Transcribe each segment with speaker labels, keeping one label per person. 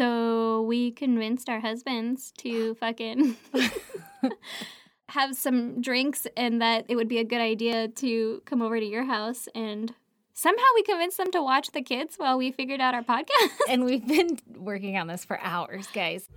Speaker 1: So we convinced our husbands to fucking have some drinks and that it would be a good idea to come over to your house and somehow we convinced them to watch the kids while we figured out our podcast.
Speaker 2: and we've been working on this for hours, guys.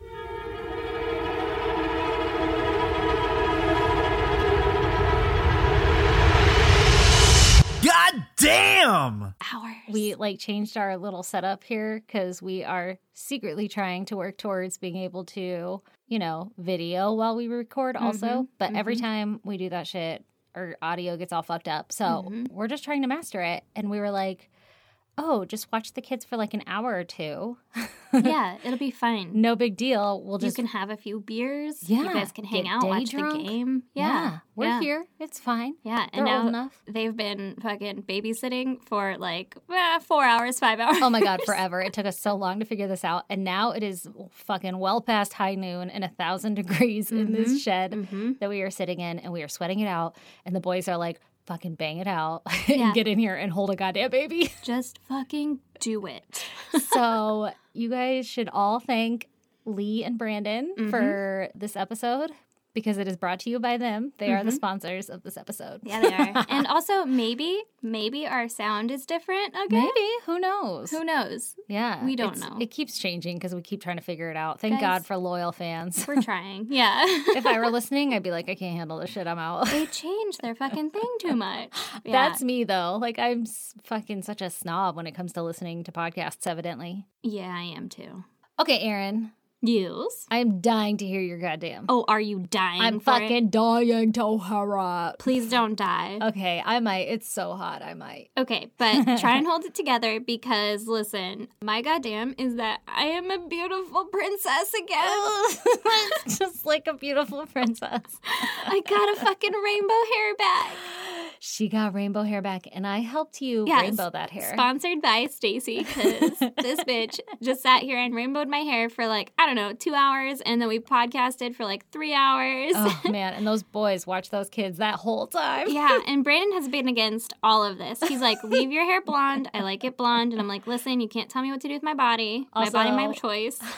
Speaker 3: God damn!
Speaker 1: Hours.
Speaker 2: We like changed our little setup here because we are secretly trying to work towards being able to, you know, video while we record also.
Speaker 1: Mhm,
Speaker 2: But every
Speaker 1: mhm.
Speaker 2: time we do that shit, our audio gets all fucked up. So
Speaker 1: Mhm.
Speaker 2: we're just trying to master it. And we were like, oh, just watch the kids for like an hour or two.
Speaker 1: yeah, it'll be fine.
Speaker 2: No big deal. We'll
Speaker 1: you
Speaker 2: just
Speaker 1: can have a few beers.
Speaker 2: Yeah,
Speaker 1: You guys can hang
Speaker 2: get
Speaker 1: out,
Speaker 2: day
Speaker 1: watch
Speaker 2: drunk.
Speaker 1: the game. Yeah.
Speaker 2: we're
Speaker 1: yeah.
Speaker 2: here. It's fine.
Speaker 1: Yeah.
Speaker 2: They're
Speaker 1: And now
Speaker 2: old enough.
Speaker 1: they've been fucking babysitting for like ah, four hours, five hours.
Speaker 2: Oh my god, forever. It took us so long to figure this out, and now it is fucking well past high noon and a thousand degrees in this shed
Speaker 1: Mhm.
Speaker 2: that we are sitting in, and we are sweating it out. And the boys are like, "Fucking bang it out
Speaker 1: Yeah.
Speaker 2: and get in here and hold a goddamn baby."
Speaker 1: Just fucking do it.
Speaker 2: so you guys should all thank Lee and Brandon for this episode because it is brought to you by them. They are the sponsors of this episode.
Speaker 1: Yeah, they are. and also, maybe, maybe our sound is different. Okay.
Speaker 2: Maybe who knows?
Speaker 1: Who knows?
Speaker 2: Yeah.
Speaker 1: We don't
Speaker 2: it's-
Speaker 1: know.
Speaker 2: It keeps changing because we keep trying to figure it out. Thank
Speaker 1: Guys.
Speaker 2: God for loyal fans.
Speaker 1: We're trying. Yeah.
Speaker 2: if I were listening, I'd be like, I can't handle this shit. I'm out.
Speaker 1: they change their fucking thing too much. Yeah.
Speaker 2: That's me though. Like I'm s- fucking such a snob when it comes to listening to podcasts. Evidently.
Speaker 1: yeah, I am too.
Speaker 2: Okay, Aaron,
Speaker 1: Yes.
Speaker 2: I am dying to hear your goddamn.
Speaker 1: Oh, are you dying?
Speaker 2: I'm
Speaker 1: for it?
Speaker 2: fucking Oh. dying to hear it.
Speaker 1: Please don't die.
Speaker 2: Okay, I might. It's so hot. I might.
Speaker 1: Okay, but try and hold it together because listen, my goddamn is that I am a beautiful princess again.
Speaker 2: Just like a beautiful princess.
Speaker 1: I got a fucking rainbow hair back.
Speaker 2: She got rainbow hair back, and I helped you
Speaker 1: Yes.
Speaker 2: rainbow that hair.
Speaker 1: Sponsored by Stacy because this bitch just sat here and rainbowed my hair for like, I don't know, two hours. And then we podcasted for like three hours.
Speaker 2: oh man, and those boys watch those kids that whole time.
Speaker 1: Yeah, and Brandon has been against all of this. He's like, leave your hair blonde. I like it blonde. And I'm like, listen, you can't tell me what to do with my body.
Speaker 2: Also-
Speaker 1: my body, my choice.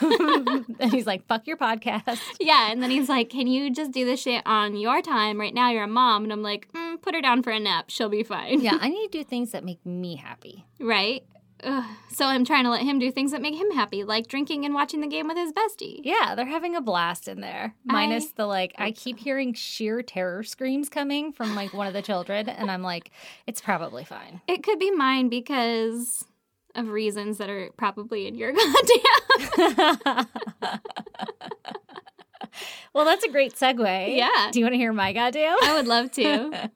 Speaker 2: and he's like, "Fuck your podcast."
Speaker 1: Yeah, and then he's like, "Can you just do this shit on your time? Right now, you're a mom." And I'm like, mm, "Put her down for a nap. She'll be fine."
Speaker 2: Yeah, I need to do things that make me happy.
Speaker 1: Right. Ugh. So I'm trying to let him do things that make him happy, like drinking and watching the game with his bestie.
Speaker 2: Yeah, they're having a blast in there. Minus
Speaker 1: I
Speaker 2: the like, I keep hearing sheer terror screams coming from like one of the children, and I'm like, it's probably fine.
Speaker 1: It could be mine because of reasons that are probably in your goddamn.
Speaker 2: Well, that's a great segue.
Speaker 1: Yeah.
Speaker 2: Do you want to hear my goddamn?
Speaker 1: I would love to.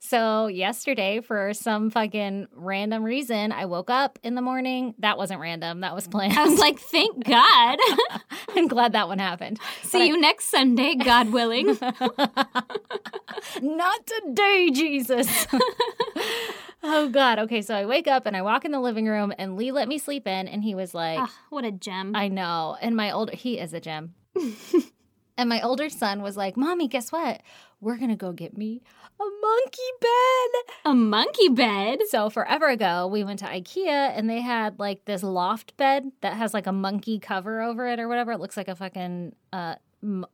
Speaker 2: So, yesterday, for some fucking random reason, I woke up in the morning. That wasn't random, that was planned.
Speaker 1: I was like, "Thank God."
Speaker 2: I'm glad that one happened.
Speaker 1: See you next Sunday, God willing.
Speaker 2: Not today, Jesus. oh, God. Okay. So I wake up and I walk in the living room, and Lee let me sleep in, and he was like,
Speaker 1: Ugh, Ah, what a gem.
Speaker 2: I know. And my older, he is a gem. and my older son was like, Mommy, guess what? We're going to go get me a monkey bed.
Speaker 1: A monkey bed.
Speaker 2: So forever ago, we went to IKEA and they had like this loft bed that has like a monkey cover over it or whatever. It looks like a fucking, uh, m-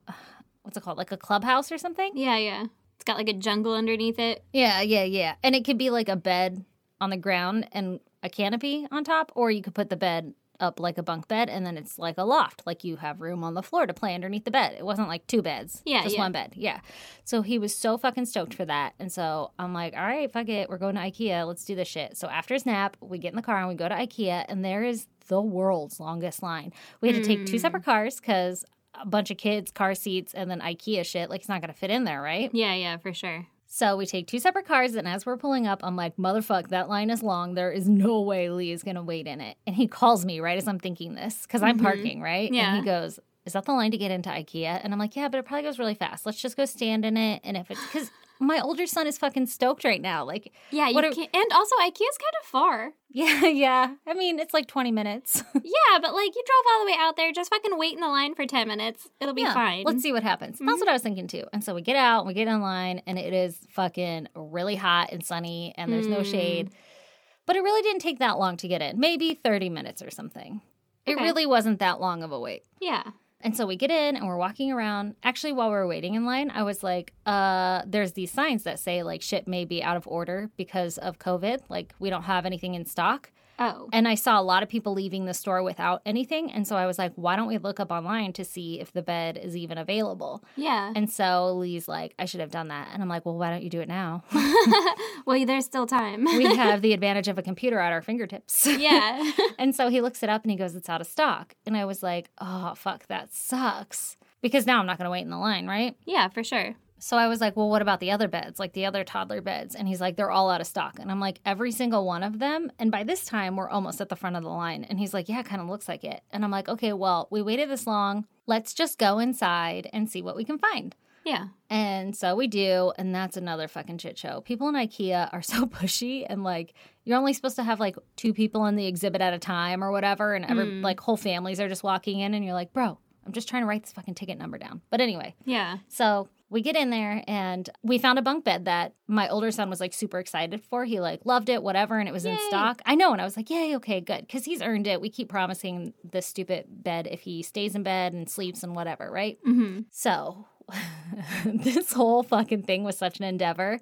Speaker 2: what's it called? Like a clubhouse or something?
Speaker 1: Yeah, yeah. It's got like a jungle underneath it.
Speaker 2: Yeah, yeah, yeah. And it could be like a bed on the ground and a canopy on top, or you could put the bed up like a bunk bed and then it's like a loft, like you have room on the floor to play underneath the bed. It wasn't like two beds.
Speaker 1: Yeah,
Speaker 2: Just
Speaker 1: yeah.
Speaker 2: one bed. Yeah. So he was so fucking stoked for that. And so I'm like, all right, fuck it. We're going to IKEA. Let's do this shit. So after his nap, we get in the car and we go to IKEA and there is the world's longest line. We had to take two
Speaker 1: Hmm.
Speaker 2: separate cars because a bunch of kids, car seats, and then IKEA shit. Like it's not gonna fit in there, right?
Speaker 1: Yeah, yeah, for sure.
Speaker 2: So we take two separate cars, and as we're pulling up, I'm like, motherfuck, that line is long. There is no way Lee is going to wait in it. And he calls me right as I'm thinking this because I'm parking, right? And
Speaker 1: Yeah.
Speaker 2: he goes, Is that the line to get into IKEA? And I'm like, Yeah, but it probably goes really fast. Let's just go stand in it. And if it's because my older son is fucking stoked right now. Like,
Speaker 1: Yeah, you
Speaker 2: What are-
Speaker 1: can and also IKEA's kind of far.
Speaker 2: yeah, yeah. I mean, it's like 20 minutes.
Speaker 1: yeah, but like you drove all the way out there, just fucking wait in the line for ten minutes. It'll be
Speaker 2: Yeah,
Speaker 1: fine. Mm-hmm.
Speaker 2: Let's see what happens. That's what I was thinking too. And so we get out, we get in line, and it is fucking really hot and sunny, and
Speaker 1: Mm.
Speaker 2: there's no shade. But it really didn't take that long to get in, maybe 30 minutes or something. It really wasn't that long of a wait.
Speaker 1: Yeah.
Speaker 2: And so we get in and we're walking around. Actually, while we were waiting in line, I was like, uh, there's these signs that say like shit may be out of order because of COVID. Like we don't have anything in stock.
Speaker 1: Oh.
Speaker 2: And I saw a lot of people leaving the store without anything. And so I was like, why don't we look up online to see if the bed is even available?
Speaker 1: Yeah.
Speaker 2: And so Lee's like, I should have done that. And I'm like, well, why don't you do it now?
Speaker 1: well, there's still time.
Speaker 2: we have the advantage of a computer at our fingertips.
Speaker 1: yeah.
Speaker 2: And so he looks it up and he goes, It's out of stock. And I was like, Oh, fuck, that sucks. Because now I'm not going to wait in the line, right?
Speaker 1: yeah, for sure.
Speaker 2: So I was like, Well, what about the other beds, like the other toddler beds? And he's like, They're all out of stock. And I'm like, Every single one of them. And by this time, we're almost at the front of the line. And he's like, Yeah, kind of looks like it. And I'm like, Okay, well, we waited this long. Let's just go inside and see what we can find.
Speaker 1: Yeah.
Speaker 2: And so we do, and that's another fucking shit show. People in IKEA are so pushy and like you're only supposed to have like two people in the exhibit at a time or whatever, and every like whole families are just walking in and you're like, bro, I'm just trying to write this fucking ticket number down. But anyway,
Speaker 1: Yeah.
Speaker 2: so we get in there and we found a bunk bed that my older son was like super excited for. He like loved it, whatever, and it was in
Speaker 1: Yay.
Speaker 2: stock. I know, and I was like, yay, okay, good. Cause he's earned it. We keep promising this stupid bed if he stays in bed and sleeps and whatever, right?
Speaker 1: Mm-hmm.
Speaker 2: So, this whole fucking thing was such an endeavor.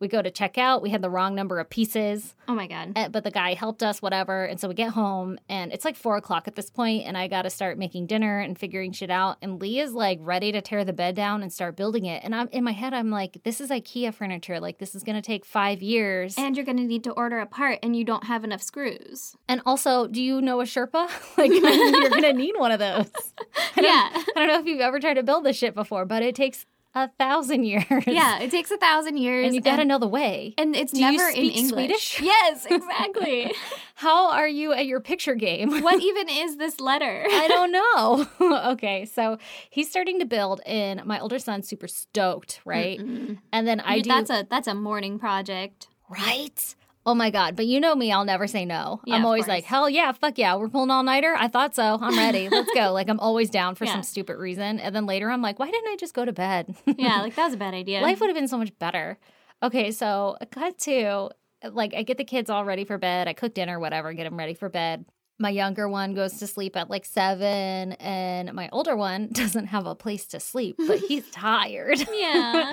Speaker 2: We go to check out, we had the wrong number of pieces,
Speaker 1: Oh my God.
Speaker 2: eh, but the guy helped us, whatever. And so we get home, and it's like four o'clock at this point, and I got to start making dinner and figuring shit out. And Lee is like ready to tear the bed down and start building it. And I'm in my head, I'm like, this is IKEA furniture. Like, this is going to take five years.
Speaker 1: And you're going to need to order a part and you don't have enough screws.
Speaker 2: And also, do you know a Sherpa? Like, you're going to need one of those.
Speaker 1: Yeah.
Speaker 2: I don't know if you've ever tried to build this shit before, but it takes a thousand years.
Speaker 1: yeah. It takes a thousand years.
Speaker 2: and you gotta know the way.
Speaker 1: and it's
Speaker 2: Do you
Speaker 1: never in
Speaker 2: speak
Speaker 1: English.
Speaker 2: Swedish?
Speaker 1: Yes, exactly.
Speaker 2: How are you at your picture game?
Speaker 1: what even is this letter?
Speaker 2: I don't know. okay, so he's starting to build, and my older son's super stoked, right?
Speaker 1: Mm-mm.
Speaker 2: And then I
Speaker 1: You-
Speaker 2: do
Speaker 1: That's a that's a morning project.
Speaker 2: right. Oh my god! But you know me, I'll never say no.
Speaker 1: Yeah,
Speaker 2: I'm
Speaker 1: of
Speaker 2: always
Speaker 1: course.
Speaker 2: like, hell yeah, fuck yeah, we're pulling all nighter. I thought so. I'm ready. Let's go. Like I'm always down for
Speaker 1: Yeah.
Speaker 2: some stupid reason, and then later I'm like, why didn't I just go to bed?
Speaker 1: Yeah, like that was a bad idea.
Speaker 2: Life would have been so much better. Okay, so cut to like I get the kids all ready for bed. I cook dinner, whatever, get them ready for bed. My younger one goes to sleep at like seven, and my older one doesn't have a place to sleep, but he's tired.
Speaker 1: yeah.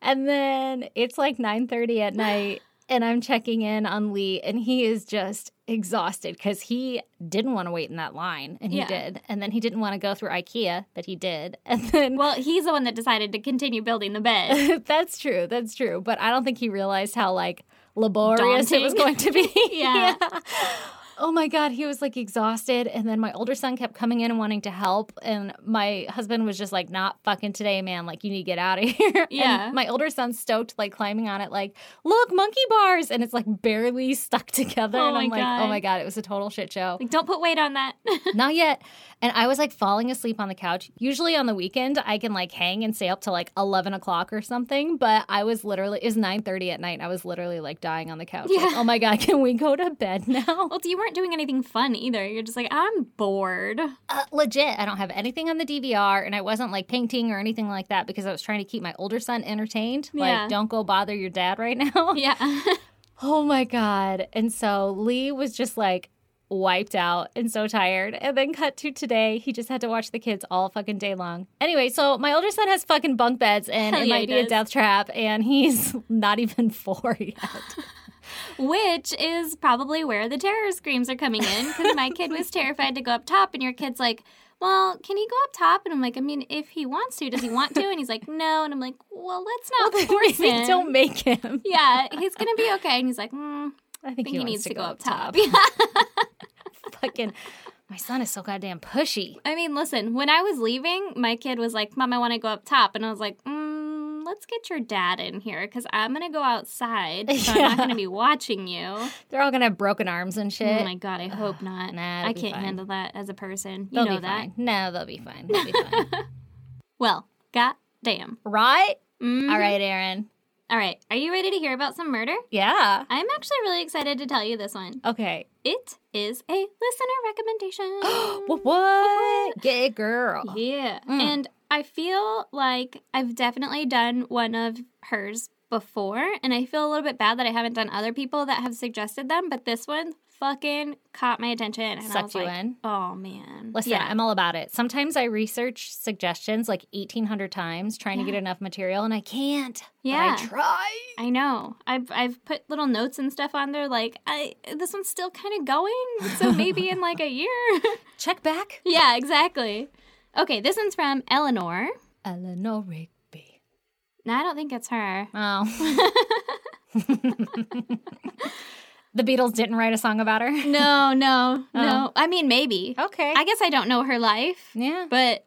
Speaker 2: and then it's like nine thirty at night, and I'm checking in on Lee, and he is just exhausted because he didn't want to wait in that line, and he
Speaker 1: Yeah.
Speaker 2: did. And then he didn't want to go through IKEA, but he did. And then
Speaker 1: Well, he's the one that decided to continue building the bed.
Speaker 2: that's true. That's true. But I don't think he realized how like laborious it was
Speaker 1: Daunting.
Speaker 2: going to be.
Speaker 1: Yeah.
Speaker 2: Oh my God, he was like exhausted. And then my older son kept coming in and wanting to help. And my husband was just like, not fucking today, man. Like, you need to get out of here. And
Speaker 1: Yeah.
Speaker 2: my older son stoked, like climbing on it, like, look, monkey bars. And it's like barely stuck together.
Speaker 1: Oh
Speaker 2: and I'm
Speaker 1: my
Speaker 2: like, oh
Speaker 1: God.
Speaker 2: my God, it was a total shit show.
Speaker 1: Like, don't put weight on that.
Speaker 2: Not yet. And I was like falling asleep on the couch. Usually on the weekend, I can like hang and stay up till like eleven o'clock or something. But I was literally it was nine thirty at night. And I was literally like dying on the couch. Like,
Speaker 1: Yeah.
Speaker 2: oh my god, can we go to bed now?
Speaker 1: well, you weren't doing anything fun either. You're just like, I'm bored.
Speaker 2: Uh, legit, I don't have anything on the DVR, and I wasn't like painting or anything like that because I was trying to keep my older son entertained.
Speaker 1: Yeah.
Speaker 2: Like, don't go bother your dad right now.
Speaker 1: Yeah.
Speaker 2: Oh my God. And so Lee was just like wiped out and so tired. And then cut to today, he just had to watch the kids all fucking day long. Anyway, so my older son has fucking bunk beds and
Speaker 1: Hell
Speaker 2: it
Speaker 1: yeah,
Speaker 2: might
Speaker 1: he
Speaker 2: be a
Speaker 1: does.
Speaker 2: death trap. And he's not even four yet.
Speaker 1: Which is probably where the terror screams are coming in because my kid was terrified to go up top, and your kid's like, well, can he go up top? And I'm like, I mean, if he wants to, does he want to? And he's like, no. And I'm like, well, let's not force
Speaker 2: Maybe
Speaker 1: him.
Speaker 2: don't make him.
Speaker 1: Yeah, he's gonna be okay. And he's like, mm,
Speaker 2: I think,
Speaker 1: I think he,
Speaker 2: wants
Speaker 1: needs to go up top.
Speaker 2: fucking, my son is so goddamn pushy.
Speaker 1: I mean, listen, when I was leaving, my kid was like, Mom, I want to go up top. And I was like, mm, let's get your dad in here because I'm going to go outside. So I'm
Speaker 2: Yeah.
Speaker 1: not going to be watching you.
Speaker 2: They're all gonna have broken arms and shit.
Speaker 1: Oh my God, I hope not.
Speaker 2: nah, it'll
Speaker 1: I
Speaker 2: be
Speaker 1: can't
Speaker 2: fine.
Speaker 1: handle that as a person. You
Speaker 2: they'll
Speaker 1: know
Speaker 2: be
Speaker 1: that.
Speaker 2: fine. No, they'll be fine. They'll be fine.
Speaker 1: Well, god damn.
Speaker 2: right?
Speaker 1: Mm.
Speaker 2: All right, Aaron.
Speaker 1: All right. Are you ready to hear about some murder?
Speaker 2: Yeah.
Speaker 1: I'm actually really excited to tell you this one.
Speaker 2: Okay.
Speaker 1: It is a listener recommendation.
Speaker 2: What? What? Yeah, girl.
Speaker 1: Yeah.
Speaker 2: Mm.
Speaker 1: And I feel like I've definitely done one of hers before, and I feel a little bit bad that I haven't done other people that have suggested them, but this one fucking caught my attention. And I
Speaker 2: Sucked
Speaker 1: was
Speaker 2: you
Speaker 1: like,
Speaker 2: in?
Speaker 1: Oh man.
Speaker 2: Listen,
Speaker 1: yeah.
Speaker 2: I'm all about it. Sometimes I research suggestions like 1,800 times trying to
Speaker 1: Yeah.
Speaker 2: get enough material and I can't.
Speaker 1: yeah.
Speaker 2: But I try.
Speaker 1: I know. I've I've put little notes and stuff on there like I this one's still kind of going, so maybe in like a year.
Speaker 2: Check back.
Speaker 1: yeah, exactly. Okay, this one's from Eleanor.
Speaker 2: Eleanor Rigby.
Speaker 1: No, I don't think it's her.
Speaker 2: Oh. the Beatles didn't write a song about her.
Speaker 1: No, no, no. I mean maybe.
Speaker 2: Oh. Okay.
Speaker 1: I guess I don't know her life,
Speaker 2: yeah.
Speaker 1: but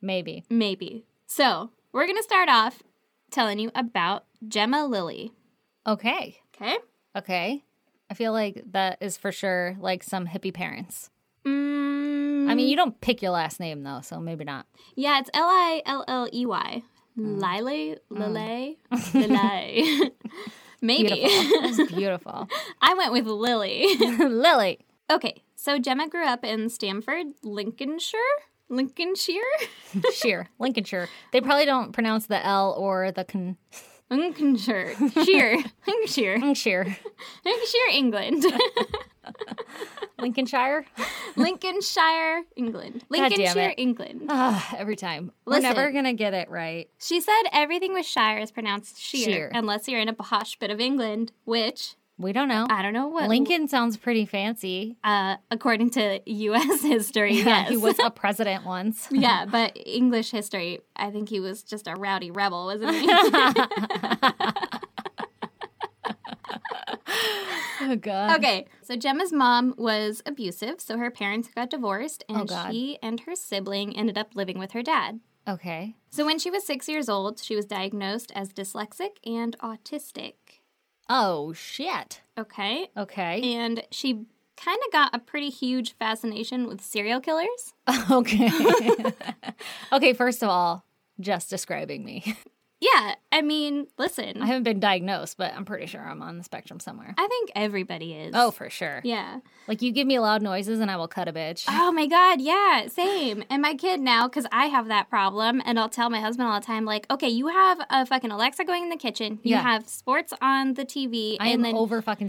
Speaker 2: Maybe.
Speaker 1: maybe. So, we're going to start off telling you about Gemma Lilly.
Speaker 2: Okay.
Speaker 1: Okay?
Speaker 2: Okay. I feel like that is for sure like some hippie parents.
Speaker 1: Mm,
Speaker 2: I mean, you don't pick your last name though, so maybe not.
Speaker 1: yeah, it's L I L L E Y.
Speaker 2: Oh.
Speaker 1: Lily, Lily, Lily. Maybe.
Speaker 2: Beautiful. it's beautiful.
Speaker 1: I went with Lily.
Speaker 2: Lily.
Speaker 1: okay, so Gemma grew up in Stamford, Lincolnshire. Lincolnshire?
Speaker 2: Sheer. Lincolnshire. They probably don't pronounce the L or the con-
Speaker 1: Lincolnshire. Sheer. Lincolnshire.
Speaker 2: sheer.
Speaker 1: Lincolnshire, England.
Speaker 2: Lincolnshire.
Speaker 1: Lincolnshire, England.
Speaker 2: God damn
Speaker 1: Lincolnshire,
Speaker 2: it.
Speaker 1: England.
Speaker 2: Ah, every time.
Speaker 1: Listen.
Speaker 2: We're never gonna get it right.
Speaker 1: She said everything with shire is pronounced sheer,
Speaker 2: Sheer.
Speaker 1: unless you're in a posh bit of England, which
Speaker 2: We don't know.
Speaker 1: I don't know what.
Speaker 2: Lincoln sounds pretty fancy.
Speaker 1: Uh, according to U.S. history, yes.
Speaker 2: He was a president once.
Speaker 1: yeah, but English history, I think he was just a rowdy rebel, wasn't he?
Speaker 2: Oh god.
Speaker 1: okay, so Gemma's mom was abusive, so her parents got divorced, and
Speaker 2: Oh, God.
Speaker 1: she and her sibling ended up living with her dad.
Speaker 2: Okay.
Speaker 1: So when she was six years old, she was diagnosed as dyslexic and autistic.
Speaker 2: Oh shit.
Speaker 1: Okay,
Speaker 2: Okay.
Speaker 1: and she kind of got a pretty huge fascination with serial killers.
Speaker 2: Okay. okay, first of all, just describing me.
Speaker 1: Yeah, I mean, listen,
Speaker 2: I
Speaker 1: I,
Speaker 2: haven't been diagnosed, but I'm pretty sure I'm on the spectrum somewhere.
Speaker 1: think everybody is.
Speaker 2: Oh, for sure.
Speaker 1: yeah.
Speaker 2: Like you give me loud noises and I will cut a bitch.
Speaker 1: Oh my God, yeah, same. And my kid now, because I have that problem, and I'll tell my husband all the time, like, okay, you have a fucking Alexa going in the kitchen, you
Speaker 2: Yeah.
Speaker 1: have sports on the TV,
Speaker 2: I am
Speaker 1: and then.
Speaker 2: over fucking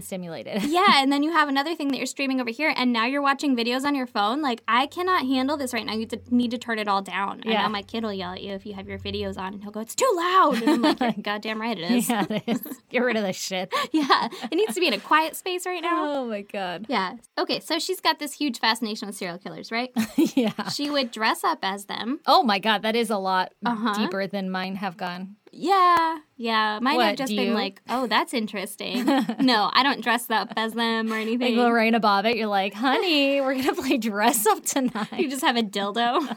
Speaker 2: stimulated.
Speaker 1: yeah, and then you have another thing that you're streaming over here, and now you're watching videos on your phone. Like, I cannot handle this right now. You d- need to turn it all down. I
Speaker 2: Yeah.
Speaker 1: know my kid will yell at you if you have your videos on, and he'll go, It's too loud. And I'm like, You're goddamn right it is.
Speaker 2: Yeah, it is. Get rid of this shit.
Speaker 1: yeah, it needs to be in a quiet space right now.
Speaker 2: Oh my god.
Speaker 1: Yeah. Okay, so she's got this huge fascination with serial killers, right?
Speaker 2: yeah.
Speaker 1: she would dress up as them.
Speaker 2: Oh my god, that is a lot
Speaker 1: Uh-huh.
Speaker 2: deeper than mine have gone.
Speaker 1: Yeah, yeah. Mine have
Speaker 2: What,
Speaker 1: just
Speaker 2: do
Speaker 1: been
Speaker 2: you?
Speaker 1: like, oh, that's interesting. no, I don't dress up as them or
Speaker 2: Like
Speaker 1: anything.
Speaker 2: Lorena Bobbitt, you're like, honey, we're gonna play dress up tonight
Speaker 1: you just have a dildo.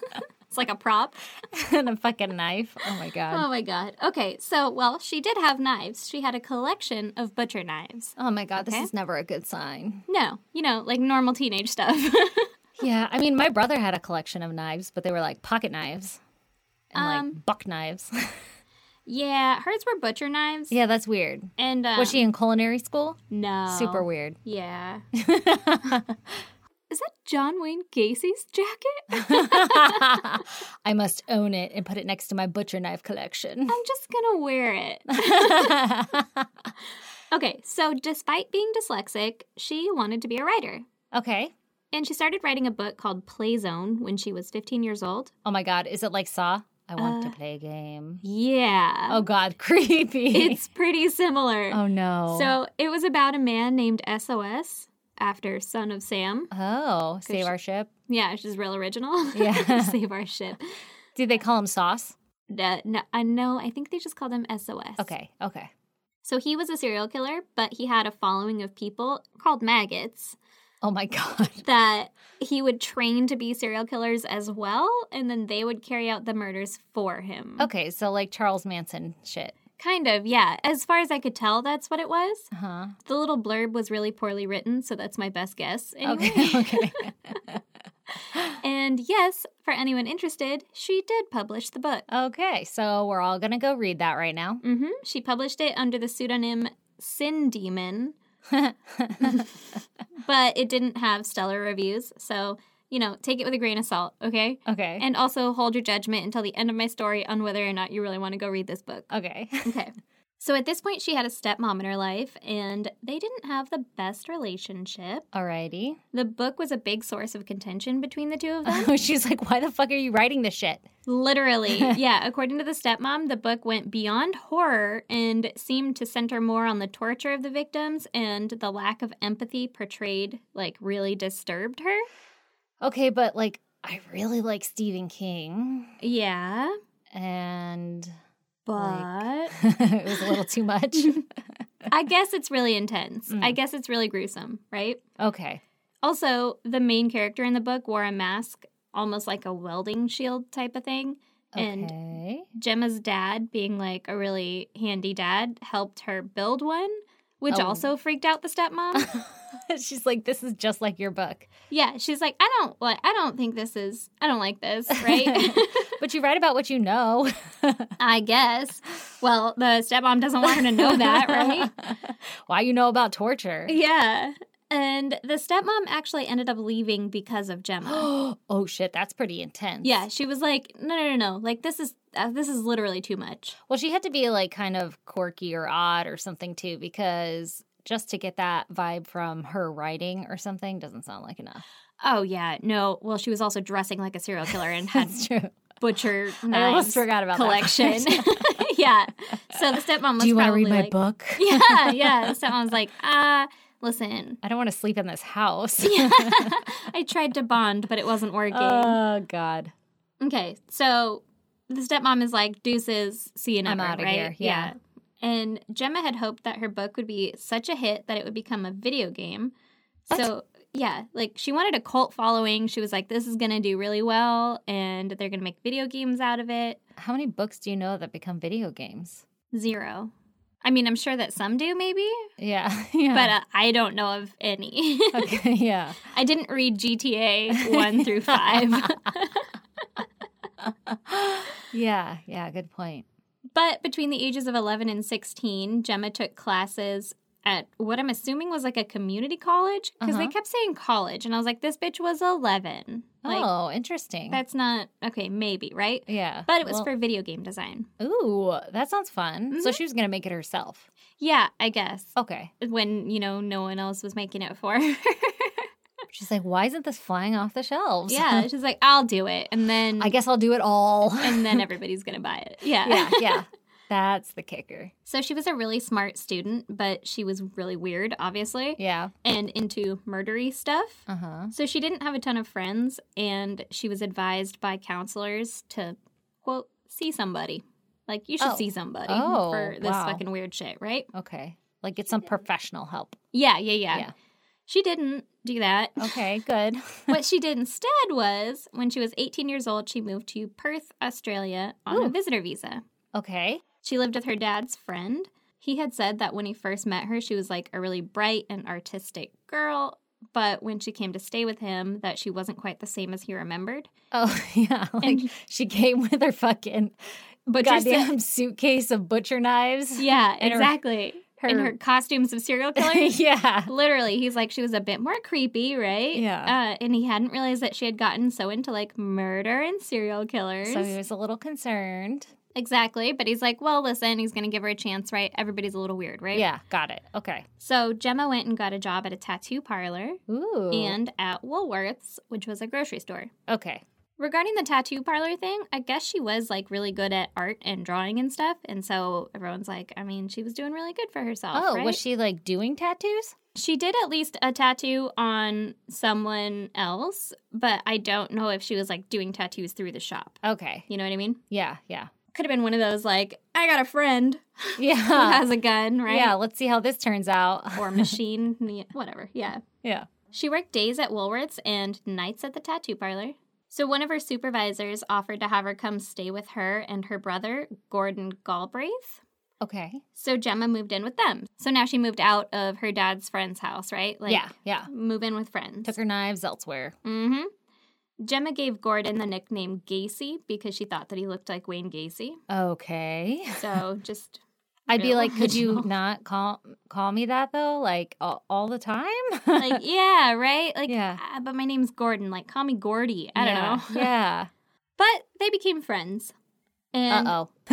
Speaker 1: it's like a prop.
Speaker 2: and a fucking knife. Oh my god.
Speaker 1: Oh my god. Okay, so well, she did have knives. She had a collection of butcher knives.
Speaker 2: Oh my god,
Speaker 1: Okay.
Speaker 2: this is never a good sign.
Speaker 1: No, you know, like normal teenage stuff.
Speaker 2: Yeah, I mean, my brother had a collection of knives, but they were like pocket knives and
Speaker 1: Um,
Speaker 2: like buck knives.
Speaker 1: yeah, hers were butcher knives.
Speaker 2: yeah, that's weird.
Speaker 1: And um, Oh.
Speaker 2: Was she in culinary school?
Speaker 1: No.
Speaker 2: Super weird.
Speaker 1: Yeah. Is that John Wayne Gacy's jacket?
Speaker 2: I must own it and put it next to my butcher knife collection.
Speaker 1: I'm just gonna wear it. okay, so despite being dyslexic, she wanted to be a writer.
Speaker 2: okay.
Speaker 1: And she started writing a book called Play Zone when she was 15 years old.
Speaker 2: Oh my god, is it like Saw? I want to play a game.
Speaker 1: Uh, Yeah.
Speaker 2: Oh god, creepy.
Speaker 1: It's pretty similar.
Speaker 2: oh no.
Speaker 1: So it was about a man named SOS after Son of Sam.
Speaker 2: Oh, save
Speaker 1: she-
Speaker 2: our ship.
Speaker 1: Yeah, which is real original.
Speaker 2: Yeah.
Speaker 1: Save our ship.
Speaker 2: Did they call him Sauce?
Speaker 1: Uh, no, I know. I think they just called him SOS.
Speaker 2: Okay, okay.
Speaker 1: So he was a serial killer, but he had a following of people called maggots
Speaker 2: Oh my god.
Speaker 1: that he would train to be serial killers as well, and then they would carry out the murders for him.
Speaker 2: Okay, so like Charles Manson shit.
Speaker 1: Kind of, yeah. As far as I could tell, that's what it was.
Speaker 2: Huh?
Speaker 1: The little blurb was really poorly written, so that's my best guess. Anyway.
Speaker 2: Okay, okay.
Speaker 1: And yes, for anyone interested, she did publish the book.
Speaker 2: okay, so we're all gonna go read that right now.
Speaker 1: hmm She published it under the pseudonym Sin Demon, but it didn't have stellar reviews. So, you know, take it with a grain of salt, okay?
Speaker 2: okay.
Speaker 1: And also hold your judgment until the end of my story on whether or not you really want to go read this book.
Speaker 2: okay.
Speaker 1: Okay. So at this point, she had a stepmom in her life, and they didn't have the best relationship.
Speaker 2: Alrighty.
Speaker 1: The book was a big source of contention between the two of them.
Speaker 2: She's like, why the fuck are you writing this shit?
Speaker 1: Literally. yeah, according to the stepmom, the book went beyond horror and seemed to center more on the torture of the victims and the lack of empathy portrayed like really disturbed her.
Speaker 2: Okay, but like, I really like Stephen King,
Speaker 1: Yeah,
Speaker 2: and
Speaker 1: but
Speaker 2: Like- it was a little too much.
Speaker 1: I guess it's really intense.
Speaker 2: Mm.
Speaker 1: I guess it's really gruesome, right?
Speaker 2: okay.
Speaker 1: Also, the main character in the book wore a mask almost like a welding shield type of thing. And
Speaker 2: okay.
Speaker 1: Gemma's dad, being like a really handy dad, helped her build one, which
Speaker 2: Oh.
Speaker 1: also freaked out the stepmom.
Speaker 2: She's like, this is just like your book.
Speaker 1: yeah, she's like, I don't like, I don't think this is, I don't like this, right?
Speaker 2: But you write about what you know.
Speaker 1: I guess. Well, the stepmom doesn't want her to know that, right?
Speaker 2: Why you know about torture.
Speaker 1: Yeah. And the stepmom actually ended up leaving because of Gemma.
Speaker 2: oh shit, that's pretty intense.
Speaker 1: yeah, she was like, no, no, no, no. Like this is uh, this is literally too much.
Speaker 2: Well, she had to be like kind of quirky or odd or something too, because just to get that vibe from her writing or something doesn't sound like enough.
Speaker 1: Oh yeah, no. Well, she was also dressing like a serial killer and had
Speaker 2: That's true.
Speaker 1: butcher
Speaker 2: I almost
Speaker 1: knives
Speaker 2: forgot about
Speaker 1: collection.
Speaker 2: That part.
Speaker 1: yeah. So the stepmom was
Speaker 2: Do you want to
Speaker 1: probably
Speaker 2: read my
Speaker 1: like,
Speaker 2: book?
Speaker 1: Yeah, yeah. The stepmom was like, ah, listen.
Speaker 2: I don't want to sleep in this house.
Speaker 1: Yeah. I tried to bond, but it wasn't working.
Speaker 2: Oh God.
Speaker 1: Okay, so the stepmom is like, deuces, see you
Speaker 2: I'm
Speaker 1: never,
Speaker 2: outta
Speaker 1: right?
Speaker 2: here, yeah.
Speaker 1: And Gemma had hoped that her book would be such a hit that it would become a video game. So, yeah, like she wanted a cult following. She was like, this is going to do really well, and they're going to make video games out of it.
Speaker 2: How many books do you know that become video games?
Speaker 1: Zero. I mean, I'm sure that some do, maybe,
Speaker 2: Yeah. yeah.
Speaker 1: but uh, I don't know of any.
Speaker 2: okay, yeah.
Speaker 1: I didn't read GTA 1 through 5.
Speaker 2: Yeah, yeah, good point.
Speaker 1: But between the ages of 11 and 16, Gemma took classes at what I'm assuming was like a community college because they
Speaker 2: Uh-huh.
Speaker 1: kept saying college. And I was like, this bitch was 11. Like,
Speaker 2: oh, interesting.
Speaker 1: that's not okay, maybe, right?
Speaker 2: yeah.
Speaker 1: But it was
Speaker 2: Well,
Speaker 1: for video game design.
Speaker 2: Ooh, that sounds fun. So she was going to make it herself.
Speaker 1: Yeah, I guess.
Speaker 2: Mm-hmm. Okay.
Speaker 1: When, you know, no one else was making it for her.
Speaker 2: She's like, why isn't this flying off the shelves?
Speaker 1: yeah, she's like, I'll do it. And then.
Speaker 2: I guess I'll do it all.
Speaker 1: and then everybody's gonna buy it. Yeah.
Speaker 2: yeah, yeah. That's the kicker.
Speaker 1: So she was a really smart student, but she was really weird, obviously,
Speaker 2: Yeah.
Speaker 1: and into murdery stuff.
Speaker 2: Uh huh.
Speaker 1: So she didn't have a ton of friends, and she was advised by counselors to, quote, see somebody. Like, you should
Speaker 2: Oh.
Speaker 1: see somebody
Speaker 2: Oh,
Speaker 1: for this
Speaker 2: wow.
Speaker 1: fucking weird shit, right?
Speaker 2: Okay. Like, get some professional help.
Speaker 1: Yeah, yeah, yeah.
Speaker 2: Yeah. Oh.
Speaker 1: She didn't do that.
Speaker 2: Okay, good.
Speaker 1: what she did instead was, when she was 18 years old, she moved to Perth, Australia on a
Speaker 2: Ooh.
Speaker 1: visitor visa.
Speaker 2: okay.
Speaker 1: She lived with her dad's friend. He had said that when he first met her, she was like a really bright and artistic girl, but when she came to stay with him, that she wasn't quite the same as he remembered.
Speaker 2: Oh, yeah. Like,
Speaker 1: And-
Speaker 2: she came with her fucking
Speaker 1: But
Speaker 2: goddamn suitcase of butcher knives.
Speaker 1: Yeah,
Speaker 2: And her-
Speaker 1: exactly. In
Speaker 2: her-
Speaker 1: her costumes of serial killers.
Speaker 2: yeah.
Speaker 1: Literally, he's like, she was a bit more creepy, right?
Speaker 2: Yeah.
Speaker 1: Uh, and he hadn't realized that she had gotten so into like murder and serial killers.
Speaker 2: So he was a little concerned.
Speaker 1: exactly. But he's like, well, listen, he's going to give her a chance, right? Everybody's a little weird, right?
Speaker 2: Yeah, got it. Okay.
Speaker 1: So Gemma went and got a job at a tattoo parlor
Speaker 2: Ooh.
Speaker 1: and at Woolworths, which was a grocery store.
Speaker 2: okay.
Speaker 1: Regarding the tattoo parlor thing, I guess she was like really good at art and drawing and stuff. And so everyone's like, I mean, she was doing really good for herself.
Speaker 2: Oh,
Speaker 1: right?
Speaker 2: was she like doing tattoos?
Speaker 1: She did at least a tattoo on someone else, but I don't know if she was like doing tattoos through the shop.
Speaker 2: Okay.
Speaker 1: You know what I mean?
Speaker 2: Yeah, yeah.
Speaker 1: Could have been one of those like, I got a friend who
Speaker 2: Yeah.
Speaker 1: has a gun, right?
Speaker 2: Yeah, let's see how this turns out.
Speaker 1: Or machine, yeah, whatever. Yeah.
Speaker 2: Yeah.
Speaker 1: She worked days at Woolworths and nights at the tattoo parlor. So one of her supervisors offered to have her come stay with her and her brother, Gordon Galbraith.
Speaker 2: Okay.
Speaker 1: So Gemma moved in with them. So now she moved out of her dad's friend's house, right? Like,
Speaker 2: yeah, yeah.
Speaker 1: Move in with friends.
Speaker 2: Took her knives elsewhere.
Speaker 1: Mm-hmm. Gemma gave Gordon the nickname Gacy because she thought that he looked like Wayne Gacy.
Speaker 2: Okay.
Speaker 1: So just
Speaker 2: I'd be
Speaker 1: Real
Speaker 2: like, could you
Speaker 1: original.
Speaker 2: not call call me that though? Like all, all the time?
Speaker 1: like, yeah, right? Like,
Speaker 2: Yeah.
Speaker 1: "Ah, but my name's Gordon. Like, call me Gordy. I
Speaker 2: Yeah,
Speaker 1: don't know.
Speaker 2: yeah.
Speaker 1: But they became friends. And
Speaker 2: Uh oh.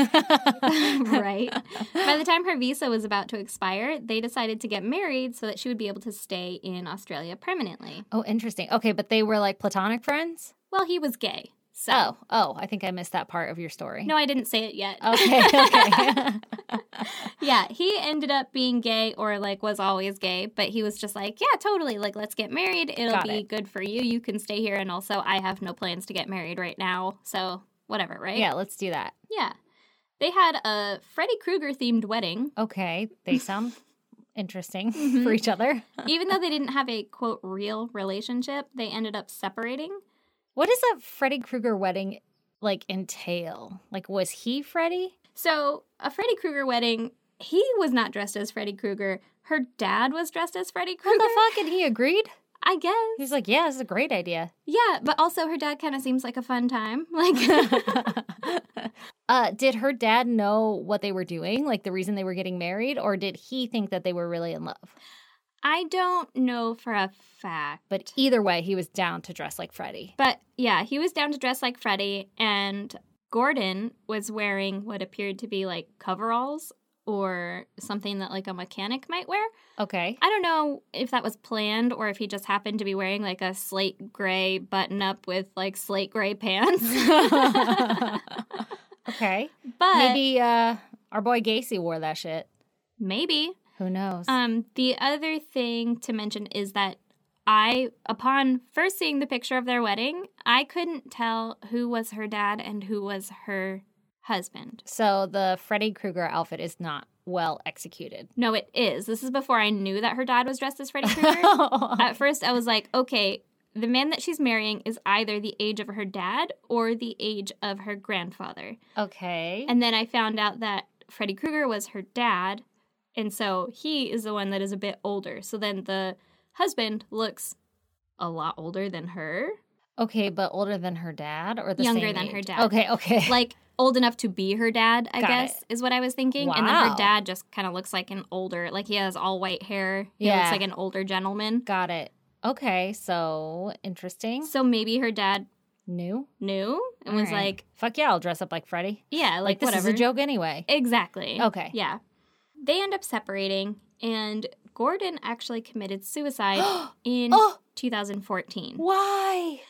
Speaker 1: right. By the time her visa was about to expire, they decided to get married so that she would be able to stay in Australia permanently.
Speaker 2: Oh, interesting. Okay, but they were like platonic friends?
Speaker 1: Well, he was gay. So,
Speaker 2: Oh, oh, I think I missed that part of your story.
Speaker 1: no, I didn't say it yet.
Speaker 2: Oh. Okay, okay.
Speaker 1: yeah, he ended up being gay or like was always gay, but he was just like, yeah, totally. Like, let's get married. It'll
Speaker 2: Got
Speaker 1: be
Speaker 2: it.
Speaker 1: good for you. You can stay here. And also, I have no plans to get married right now. So, whatever, right?
Speaker 2: yeah, let's do that.
Speaker 1: Yeah. They had a Freddy Krueger themed wedding,
Speaker 2: Okay, they sound interesting
Speaker 1: Mhm.
Speaker 2: for each other.
Speaker 1: even though they didn't have a quote real relationship, they ended up separating.
Speaker 2: What does a Freddy Krueger wedding like entail? Like, was he Freddy?
Speaker 1: So, a Freddy Krueger wedding, he was not dressed as Freddy Krueger. Her dad was dressed as Freddy
Speaker 2: What
Speaker 1: Krueger,
Speaker 2: the fuck? And he agreed?
Speaker 1: I guess.
Speaker 2: He's like, yeah, this is a great idea.
Speaker 1: Yeah, but also her dad kind of seems like a fun time. Like,
Speaker 2: uh, did her dad know what they were doing, like the reason they were getting married, or did he think that they were really in love?
Speaker 1: I don't know for a fact.
Speaker 2: But either way, he was down to dress like Freddy.
Speaker 1: But yeah, he was down to dress like Freddy, and Gordon was wearing what appeared to be like coveralls or something that like a mechanic might wear.
Speaker 2: Okay.
Speaker 1: I don't know if that was planned or if he just happened to be wearing like a slate gray button up with like slate gray pants. but
Speaker 2: okay. Maybe uh, our boy Gacy wore that shit.
Speaker 1: maybe
Speaker 2: Who knows?
Speaker 1: Um, the other thing to mention is that I, upon first seeing the picture of their wedding, I couldn't tell who was her dad and who was her husband.
Speaker 2: so the Freddy Krueger outfit is not well executed.
Speaker 1: No, it is. This is before I knew that her dad was dressed as Freddy Krueger.
Speaker 2: okay.
Speaker 1: At first, I was like, okay, the man that she's marrying is either the age of her dad or the age of her grandfather. And then I found out that Freddy Krueger was her dad, and so he is the one that is a bit older. So then the husband looks a lot older than her,
Speaker 2: okay, but older than her dad or the
Speaker 1: Younger
Speaker 2: same
Speaker 1: than her
Speaker 2: age?
Speaker 1: dad.
Speaker 2: Okay, okay.
Speaker 1: like old enough to be her dad, I
Speaker 2: Got
Speaker 1: guess, is what I was thinking. And then
Speaker 2: Wow.
Speaker 1: her dad just kind of looks like an older, like he has all white hair. He
Speaker 2: Yeah.
Speaker 1: looks like an older gentleman.
Speaker 2: Got it. Okay, so interesting.
Speaker 1: So maybe her dad
Speaker 2: New.
Speaker 1: knew and
Speaker 2: All
Speaker 1: was
Speaker 2: right.
Speaker 1: like,
Speaker 2: Fuck yeah, I'll dress up like Freddy.
Speaker 1: yeah, like,
Speaker 2: Like, this
Speaker 1: whatever.
Speaker 2: is a joke anyway.
Speaker 1: Exactly.
Speaker 2: Okay.
Speaker 1: Yeah. They end up separating, and Gordon actually committed suicide in
Speaker 2: oh,
Speaker 1: 2014.
Speaker 2: why?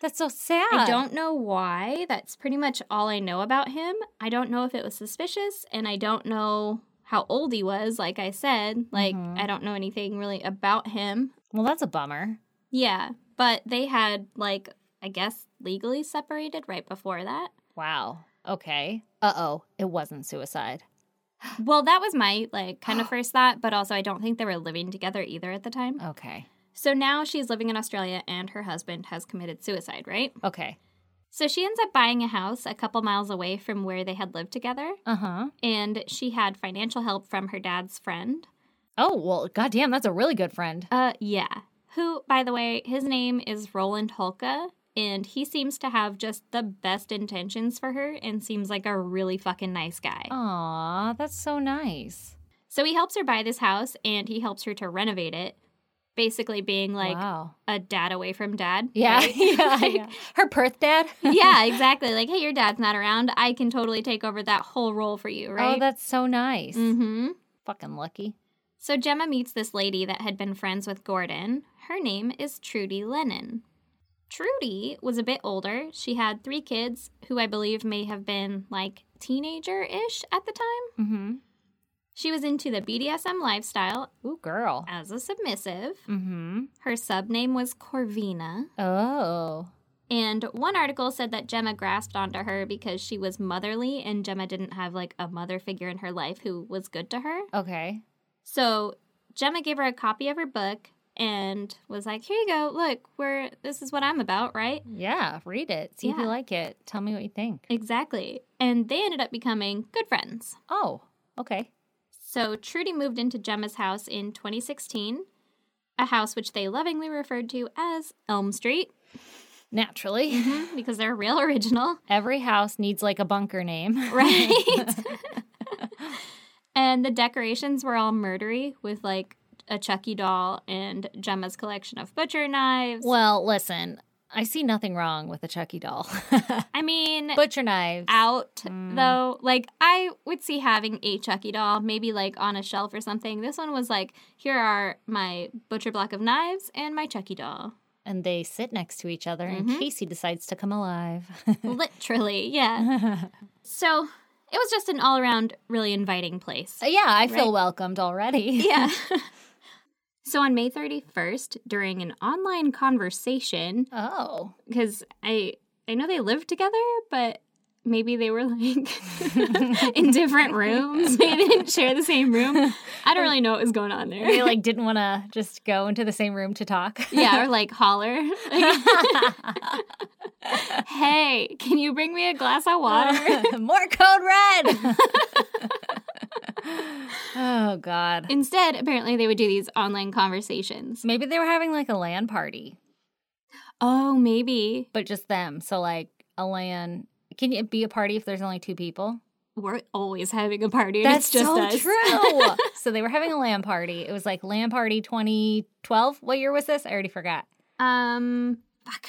Speaker 2: That's so sad.
Speaker 1: I don't know why. That's pretty much all I know about him. I don't know if it was suspicious, and I don't know how old he was, like I said. Like,
Speaker 2: Mhm.
Speaker 1: I don't know anything really about him.
Speaker 2: Well, that's a bummer.
Speaker 1: Yeah, but they had, like, I guess legally separated right before that.
Speaker 2: Wow. Okay. Uh oh. It wasn't suicide.
Speaker 1: Well, that was my, like, kind of first thought, but also I don't think they were living together either at the time.
Speaker 2: Okay.
Speaker 1: So now she's living in Australia and her husband has committed suicide, right?
Speaker 2: Okay.
Speaker 1: So she ends up buying a house a couple miles away from where they had lived together.
Speaker 2: Uh huh.
Speaker 1: And she had financial help from her dad's friend.
Speaker 2: Oh well. Goddamn. That's a really good friend.
Speaker 1: Uh, yeah. Who, by the way, his name is Roland Holka. And he seems to have just the best intentions for her and seems like a really fucking nice guy.
Speaker 2: Oh. Aw, that's so nice.
Speaker 1: So he helps her buy this house and he helps her to renovate it, basically being like
Speaker 2: wow.
Speaker 1: a dad away from dad.
Speaker 2: Yeah.
Speaker 1: right?
Speaker 2: yeah,
Speaker 1: Like,
Speaker 2: yeah. Her Perth dad.
Speaker 1: yeah, exactly. Like, hey, your dad's not around. I can totally take over that whole role for you, right?
Speaker 2: Oh, that's so nice.
Speaker 1: mm-hmm.
Speaker 2: Fucking lucky.
Speaker 1: So Gemma meets this lady that had been friends with Gordon. Her name is Trudy Lennon. Trudy was a bit older. She had three kids who I believe may have been like teenager ish at the time.
Speaker 2: Mm-hmm.
Speaker 1: She was into the BDSM lifestyle
Speaker 2: Ooh, girl.
Speaker 1: as a submissive.
Speaker 2: Mm-hmm.
Speaker 1: Her subname was Corvina.
Speaker 2: Oh.
Speaker 1: And one article said that Gemma grasped onto her because she was motherly and Gemma didn't have like a mother figure in her life who was good to her.
Speaker 2: Okay.
Speaker 1: So Gemma gave her a copy of her book and was like, "Here you go. Look, we're this is what I'm about, right?"
Speaker 2: Yeah. Read it. See if you
Speaker 1: Yeah.
Speaker 2: like it. Tell me what you think.
Speaker 1: Exactly. And they ended up becoming good friends.
Speaker 2: Oh. Okay.
Speaker 1: So Trudy moved into Gemma's house in 2016, a house which they lovingly referred to as Elm Street
Speaker 2: Naturally.
Speaker 1: because they're real original.
Speaker 2: Every house needs like a bunker name.
Speaker 1: Right. and the decorations were all murdery with like a Chucky doll and Gemma's collection of butcher knives.
Speaker 2: Well, listen, I see nothing wrong with a Chucky doll.
Speaker 1: I mean,
Speaker 2: Butcher knives.
Speaker 1: out
Speaker 2: Mm.
Speaker 1: though, like I would see having a Chucky doll maybe like on a shelf or something. This one was like, here are my butcher block of knives and my Chucky doll.
Speaker 2: And they sit next to each other in
Speaker 1: Mhm.
Speaker 2: case he decides to come alive. Uh,
Speaker 1: Literally, yeah.
Speaker 2: yeah,
Speaker 1: So it was just an all around really inviting place.
Speaker 2: I feel
Speaker 1: Right.
Speaker 2: welcomed already.
Speaker 1: Yeah. so on May 31st, during an online conversation,
Speaker 2: Oh.
Speaker 1: because I I know they lived together, but maybe they were like in different rooms. Maybe they didn't share the same room. I don't really know what was going on there.
Speaker 2: They like didn't want to just go into the same room to talk.
Speaker 1: yeah, or like holler. hey, can you bring me a glass of water?
Speaker 2: More code red. oh god.
Speaker 1: Instead, apparently they would do these online conversations.
Speaker 2: Maybe they were having like a LAN party,
Speaker 1: Oh, maybe.
Speaker 2: but just them. So like a LAN can it be a party if there's only two people?
Speaker 1: We're always having a party. and
Speaker 2: That's
Speaker 1: it's just
Speaker 2: so
Speaker 1: us.
Speaker 2: true. so they were having a LAN party. It was like LAN party 2012. What year was this? I already forgot.
Speaker 1: Um, fuck.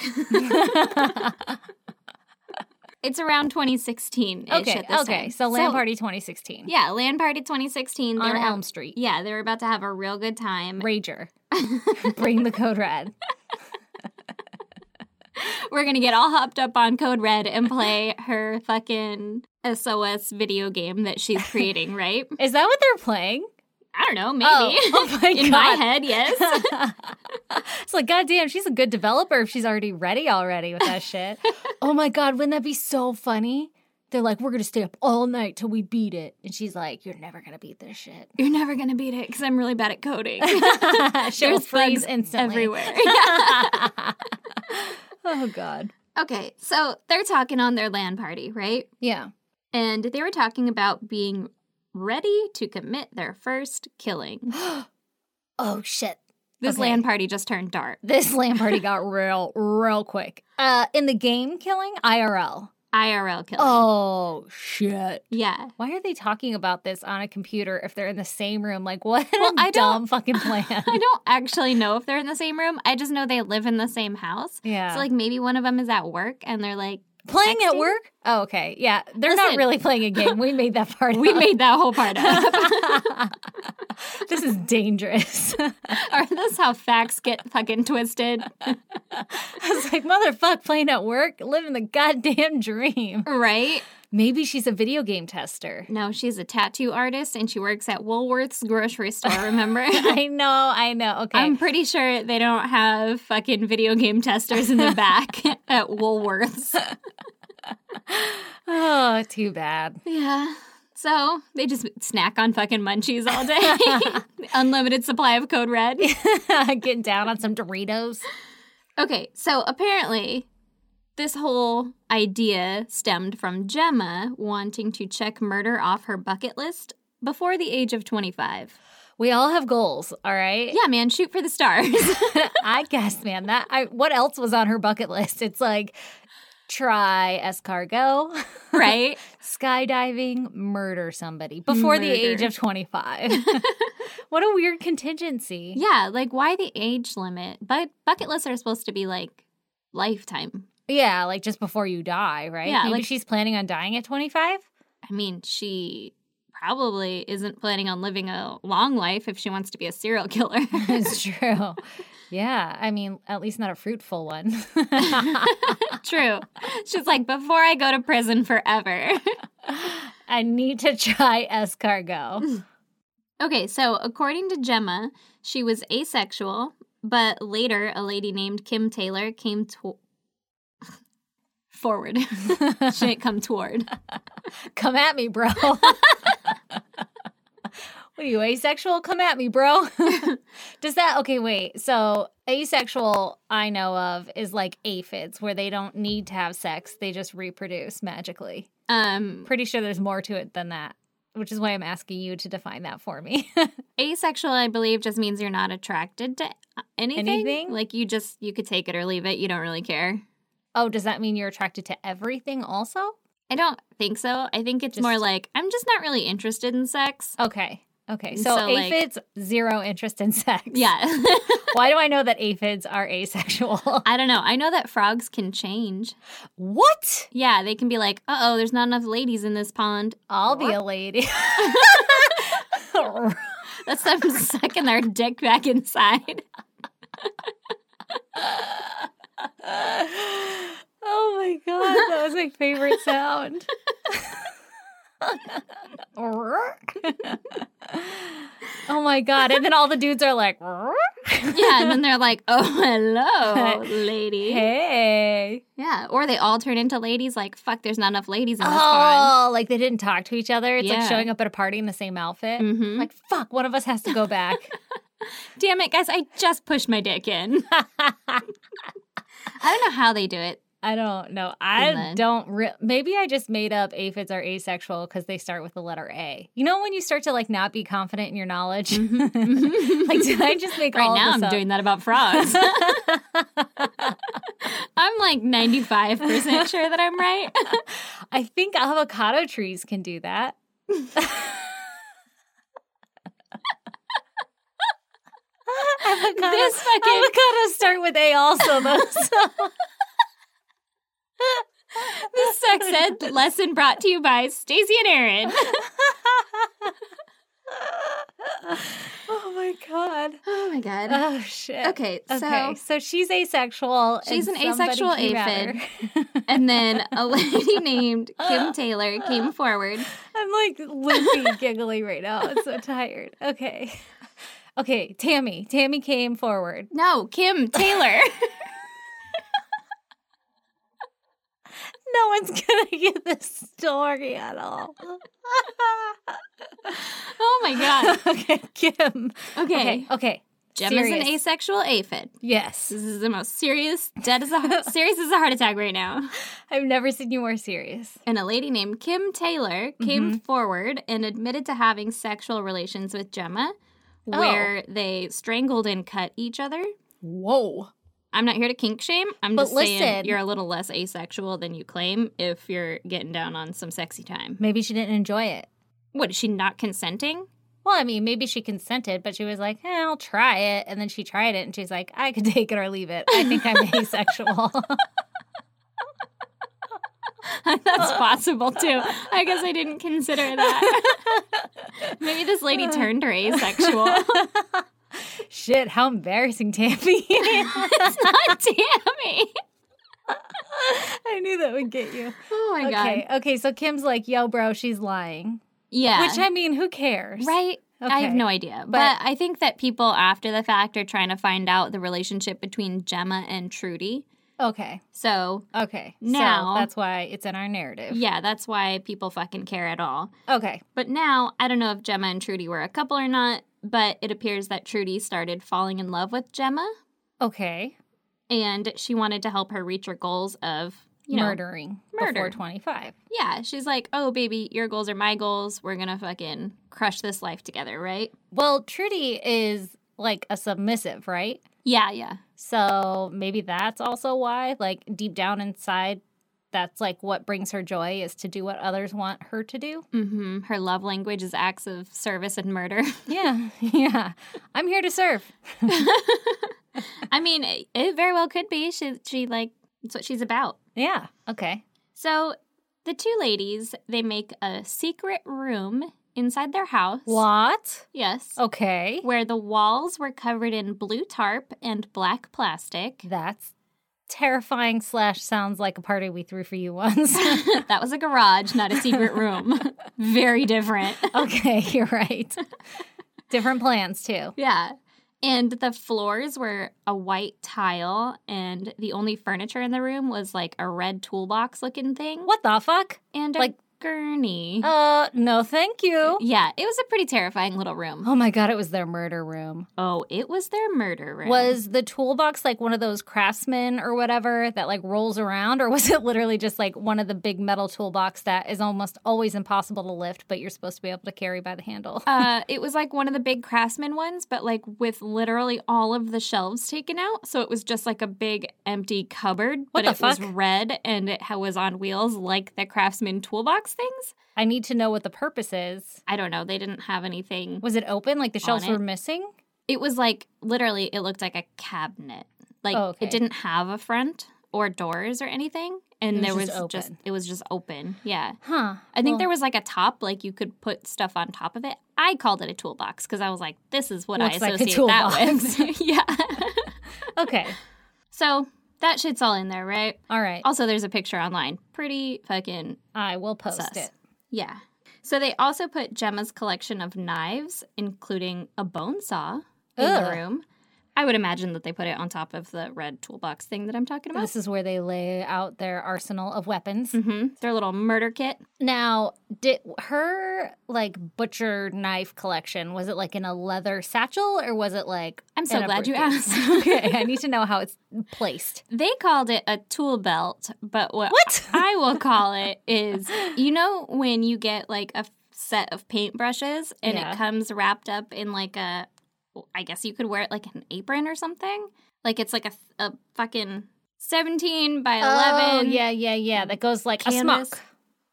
Speaker 1: it's around 2016. -ish
Speaker 2: okay,
Speaker 1: at this
Speaker 2: okay.
Speaker 1: time.
Speaker 2: So LAN party 2016
Speaker 1: Yeah, Land Party 2016. They
Speaker 2: on
Speaker 1: were out-
Speaker 2: Elm Street.
Speaker 1: yeah, they were about to have a real good time.
Speaker 2: Rager. Bring the code red.
Speaker 1: We're gonna get all hopped up on Code Red and play her fucking SOS video game that she's creating, right?
Speaker 2: Is that what they're playing?
Speaker 1: I don't know, maybe.
Speaker 2: Oh, oh my
Speaker 1: In my
Speaker 2: God.
Speaker 1: head, yes.
Speaker 2: it's like, goddamn, she's a good developer if she's already ready already with that shit. oh my god, wouldn't that be so funny? They're like, we're gonna stay up all night till we beat it, and she's like, you're never gonna beat this shit.
Speaker 1: You're never gonna beat it because I'm really bad at coding.
Speaker 2: She'll
Speaker 1: There's
Speaker 2: freeze
Speaker 1: bugs
Speaker 2: instantly.
Speaker 1: everywhere.
Speaker 2: Oh god.
Speaker 1: okay, so they're talking on their land party, right?
Speaker 2: Yeah.
Speaker 1: And they were talking about being ready to commit their first killing.
Speaker 2: Oh shit.
Speaker 1: This
Speaker 2: Okay.
Speaker 1: land party just turned dark.
Speaker 2: This land party got real, real quick. Uh, in the game killing IRL.
Speaker 1: IRL killing.
Speaker 2: Oh shit.
Speaker 1: Yeah.
Speaker 2: Why are they talking about this on a computer if they're in the same room? Like, what
Speaker 1: Well,
Speaker 2: a
Speaker 1: I
Speaker 2: dumb
Speaker 1: don't-
Speaker 2: fucking plan.
Speaker 1: I don't actually know if they're in the same room. I just know they live in the same house.
Speaker 2: yeah.
Speaker 1: So like maybe one of them is at work and they're like,
Speaker 2: playing at
Speaker 1: texting?
Speaker 2: work? Oh, okay. Yeah. They're not
Speaker 1: Listen.
Speaker 2: really playing a game. We made that part
Speaker 1: we
Speaker 2: up.
Speaker 1: made that whole part up.
Speaker 2: this is dangerous. I
Speaker 1: or this is how facts get fucking twisted.
Speaker 2: was like, motherfuck, playing at work? Living the goddamn dream.
Speaker 1: Right?
Speaker 2: Maybe she's a video game tester.
Speaker 1: No, she's a tattoo artist and she works at Woolworth's grocery store, remember?
Speaker 2: I know, I know. Okay.
Speaker 1: I'm pretty sure they don't have fucking video game testers in the back at Woolworths.
Speaker 2: oh, too bad.
Speaker 1: Yeah. So they just snack on fucking munchies all day. Unlimited supply of code red.
Speaker 2: Getting down on some Doritos.
Speaker 1: Okay, so apparently, this whole idea stemmed from Gemma wanting to check murder off her bucket list before the age of 25.
Speaker 2: We all have goals, all right?
Speaker 1: Yeah, man, shoot for the stars.
Speaker 2: I guess, man. That I what else was on her bucket list? It's like try escargot,
Speaker 1: right?
Speaker 2: skydiving, murder somebody before the age
Speaker 1: Murder.
Speaker 2: of 25. what a weird contingency.
Speaker 1: Yeah, like why the age limit? But bucket lists are supposed to be like lifetime.
Speaker 2: Yeah, like just before you die, right?
Speaker 1: Yeah,
Speaker 2: Maybe
Speaker 1: like-
Speaker 2: she's planning on dying at 25?
Speaker 1: I mean, she probably isn't planning on living a long life if she wants to be a serial killer.
Speaker 2: It's true. yeah, I mean, at least not a fruitful one.
Speaker 1: True. She's like, before I go to prison forever.
Speaker 2: I need to try escargot.
Speaker 1: Okay, so according to Gemma, she was asexual, but later a lady named Kim Taylor came to- forward. she didn't come toward.
Speaker 2: Come at me, bro. what are you, asexual? Come at me, bro. Does that, okay, wait. So, asexual I know of is like aphids, where they don't need to have sex, they just reproduce magically.
Speaker 1: Um,
Speaker 2: Pretty sure there's more to it than that, which is why I'm asking you to define that for me.
Speaker 1: asexual, I believe, just means you're not attracted to anything.
Speaker 2: Anything?
Speaker 1: Like you just you could take it or leave it. You don't really care.
Speaker 2: oh, does that mean you're attracted to everything also?
Speaker 1: I don't think so. I think it's
Speaker 2: Just-
Speaker 1: more like I'm just not really interested in sex.
Speaker 2: Okay. Okay,
Speaker 1: And
Speaker 2: so,
Speaker 1: so, like-
Speaker 2: aphids zero interest in sex.
Speaker 1: Yeah.
Speaker 2: Why do I know that aphids are asexual?
Speaker 1: I don't know. I know that frogs can change.
Speaker 2: what?
Speaker 1: Yeah, they can be like, uh oh, there's not enough ladies in this pond.
Speaker 2: I'll be a lady.
Speaker 1: That's them sucking their dick back inside.
Speaker 2: oh my god, that was my favorite sound. oh my god, and then all the dudes are like,
Speaker 1: Yeah, and then they're like, oh, hello, lady.
Speaker 2: hey.
Speaker 1: Yeah, or they all turn into ladies like, fuck, there's not enough ladies in this pond.
Speaker 2: Oh, like they didn't talk to each other. It's
Speaker 1: Yeah.
Speaker 2: like showing up at a party in the same outfit.
Speaker 1: Mhm.
Speaker 2: Like, fuck, one of us has to go back.
Speaker 1: Damn it, guys, I just pushed my dick in. I don't know how they do it.
Speaker 2: I don't know.
Speaker 1: And
Speaker 2: I
Speaker 1: then-
Speaker 2: don't. Re- Maybe I just made up aphids are asexual because they start with the letter A. You know when you start to like not be confident in your knowledge. like did I just make
Speaker 1: Mm-hmm. Right
Speaker 2: all
Speaker 1: now,
Speaker 2: of
Speaker 1: I'm
Speaker 2: this
Speaker 1: doing that about frogs.
Speaker 2: up?
Speaker 1: I'm like 95% sure that I'm right.
Speaker 2: I think avocado trees can do that. avocado,
Speaker 1: This fucking-
Speaker 2: avocados start with A also though. so-
Speaker 1: This sex ed lesson brought to you by Stacey and Aaron.
Speaker 2: oh my god.
Speaker 1: Oh my god.
Speaker 2: Oh shit.
Speaker 1: Okay, so
Speaker 2: Okay, so she's asexual. and
Speaker 1: She's an
Speaker 2: somebody
Speaker 1: asexual
Speaker 2: came at her.
Speaker 1: and then a lady named Kim Taylor came forward.
Speaker 2: I'm like loopy giggly right now. I'm so tired. Okay. Okay, Tammy. Tammy came forward.
Speaker 1: No, Kim Taylor.
Speaker 2: No one's gonna get this story at all.
Speaker 1: oh my god.
Speaker 2: okay, Kim.
Speaker 1: Okay.
Speaker 2: Okay. Okay.
Speaker 1: Jim is an
Speaker 2: serious.
Speaker 1: asexual aphid.
Speaker 2: Yes.
Speaker 1: This is the most serious, dead as a serious as a heart attack right now.
Speaker 2: I've never seen you more serious.
Speaker 1: And a lady named Kim Taylor came
Speaker 2: Mm-hmm.
Speaker 1: forward and admitted to having sexual relations with Gemma,
Speaker 2: Oh.
Speaker 1: where they strangled and cut each other.
Speaker 2: Whoa.
Speaker 1: I'm not here to kink shame. I'm
Speaker 2: But
Speaker 1: just saying
Speaker 2: listen.
Speaker 1: you're a little less asexual than you claim if you're getting down on some sexy time.
Speaker 2: Maybe she didn't enjoy it.
Speaker 1: What is she not consenting?
Speaker 2: Well, I mean, maybe she consented, but she was like, eh, I'll try it. And then she tried it and she's like, I could take it or leave it. I think I'm asexual.
Speaker 1: That's possible too. I guess I didn't consider that. Maybe this lady turned her asexual.
Speaker 2: Shit, how embarrassing, Tammy.
Speaker 1: it's not Tammy.
Speaker 2: I knew that would get you.
Speaker 1: Oh my
Speaker 2: okay,
Speaker 1: god.
Speaker 2: okay, so Kim's like, yo, bro, she's lying.
Speaker 1: Yeah.
Speaker 2: Which I mean, who cares?
Speaker 1: right. I have
Speaker 2: Okay.
Speaker 1: no idea. But,
Speaker 2: But-
Speaker 1: I think that people after the fact are trying to find out the relationship between Gemma and Trudy.
Speaker 2: Okay.
Speaker 1: So,
Speaker 2: Okay.
Speaker 1: Now-
Speaker 2: so that's why it's in our narrative.
Speaker 1: yeah, that's why people fucking care at all.
Speaker 2: Okay.
Speaker 1: But now, I don't know if Gemma and Trudy were a couple or not, but it appears that Trudy started falling in love with Gemma
Speaker 2: Okay.
Speaker 1: and she wanted to help her reach her goals of, you know,
Speaker 2: Murdering
Speaker 1: murder.
Speaker 2: before 25.
Speaker 1: Yeah, she's like, oh, baby, your goals are my goals. We're going to fucking crush this life together, right?
Speaker 2: Well, Trudy is like a submissive, right?
Speaker 1: Yeah, yeah.
Speaker 2: So maybe that's also why, like deep down inside, that's like what brings her joy is to do what others want her to do.
Speaker 1: hmm Her love language is acts of service and murder.
Speaker 2: Yeah. Yeah. I'm here to serve.
Speaker 1: I mean, it, it very well could be. She, she like, it's what she's about.
Speaker 2: Yeah. Okay.
Speaker 1: So the two ladies, they make a secret room inside their house.
Speaker 2: What?
Speaker 1: Yes.
Speaker 2: Okay.
Speaker 1: where the walls were covered in blue tarp and black plastic.
Speaker 2: That's terrifying, slash, sounds like a party we threw for you once.
Speaker 1: that was a garage, not a secret room. Very different.
Speaker 2: okay. You're right. Different plans, too.
Speaker 1: Yeah. And the floors were a white tile, and the only furniture in the room was like a red toolbox looking thing
Speaker 2: What the fuck?
Speaker 1: and a
Speaker 2: Like-
Speaker 1: gurney.
Speaker 2: Uh, no, thank you.
Speaker 1: Yeah, it was a pretty terrifying little room.
Speaker 2: Oh my God, it was their murder room.
Speaker 1: Oh, it was their murder room.
Speaker 2: Was the toolbox like one of those craftsmen or whatever that like rolls around, or was it literally just like one of the big metal toolbox that is almost always impossible to lift, but you're supposed to be able to carry by the handle?
Speaker 1: uh, it was like one of the big craftsman ones, but like with literally all of the shelves taken out. So it was just like a big empty cupboard,
Speaker 2: What
Speaker 1: but it
Speaker 2: the
Speaker 1: was
Speaker 2: fuck?
Speaker 1: red and it ha- was on wheels like the craftsman toolbox. those things?
Speaker 2: I need to know what the purpose is.
Speaker 1: I don't know. They didn't have anything.
Speaker 2: Was it open? Like the shelves
Speaker 1: On
Speaker 2: were
Speaker 1: it.
Speaker 2: missing?
Speaker 1: It was like literally, it looked like a cabinet. Like
Speaker 2: Oh, okay.
Speaker 1: it didn't have a front or doors or anything. And
Speaker 2: It was
Speaker 1: there was
Speaker 2: just
Speaker 1: just,
Speaker 2: open.
Speaker 1: it was just open. Yeah.
Speaker 2: Huh.
Speaker 1: I think
Speaker 2: Well,
Speaker 1: there was like a top, like you could put stuff on top of it. I called it a toolbox because I was like, this is what
Speaker 2: Looks
Speaker 1: I
Speaker 2: like a
Speaker 1: associate that with. yeah.
Speaker 2: okay.
Speaker 1: So that shit's all in there, right?
Speaker 2: All right.
Speaker 1: Also, there's a picture online. Pretty fucking,
Speaker 2: I will post
Speaker 1: Sus.
Speaker 2: it.
Speaker 1: yeah. So they also put Gemma's collection of knives, including a bone saw, in the
Speaker 2: Ugh.
Speaker 1: room. I would imagine that they put it on top of the red toolbox thing that I'm talking about.
Speaker 2: This is where they lay out their arsenal of weapons.
Speaker 1: hmm Their little murder kit.
Speaker 2: Now, did her like butcher knife collection was it like in a leather satchel or was it like
Speaker 1: I'm so
Speaker 2: in a
Speaker 1: glad you
Speaker 2: briefcase?
Speaker 1: asked.
Speaker 2: okay, I need to know how it's placed.
Speaker 1: They called it a tool belt, but what,
Speaker 2: What?
Speaker 1: I will call it is you know when you get like a set of paintbrushes and
Speaker 2: Yeah.
Speaker 1: it comes wrapped up in like a I guess you could wear it like an apron or something. Like it's like a, a fucking 17 by 11.
Speaker 2: Oh, yeah, yeah, yeah. That goes like
Speaker 1: Canvas.
Speaker 2: a smock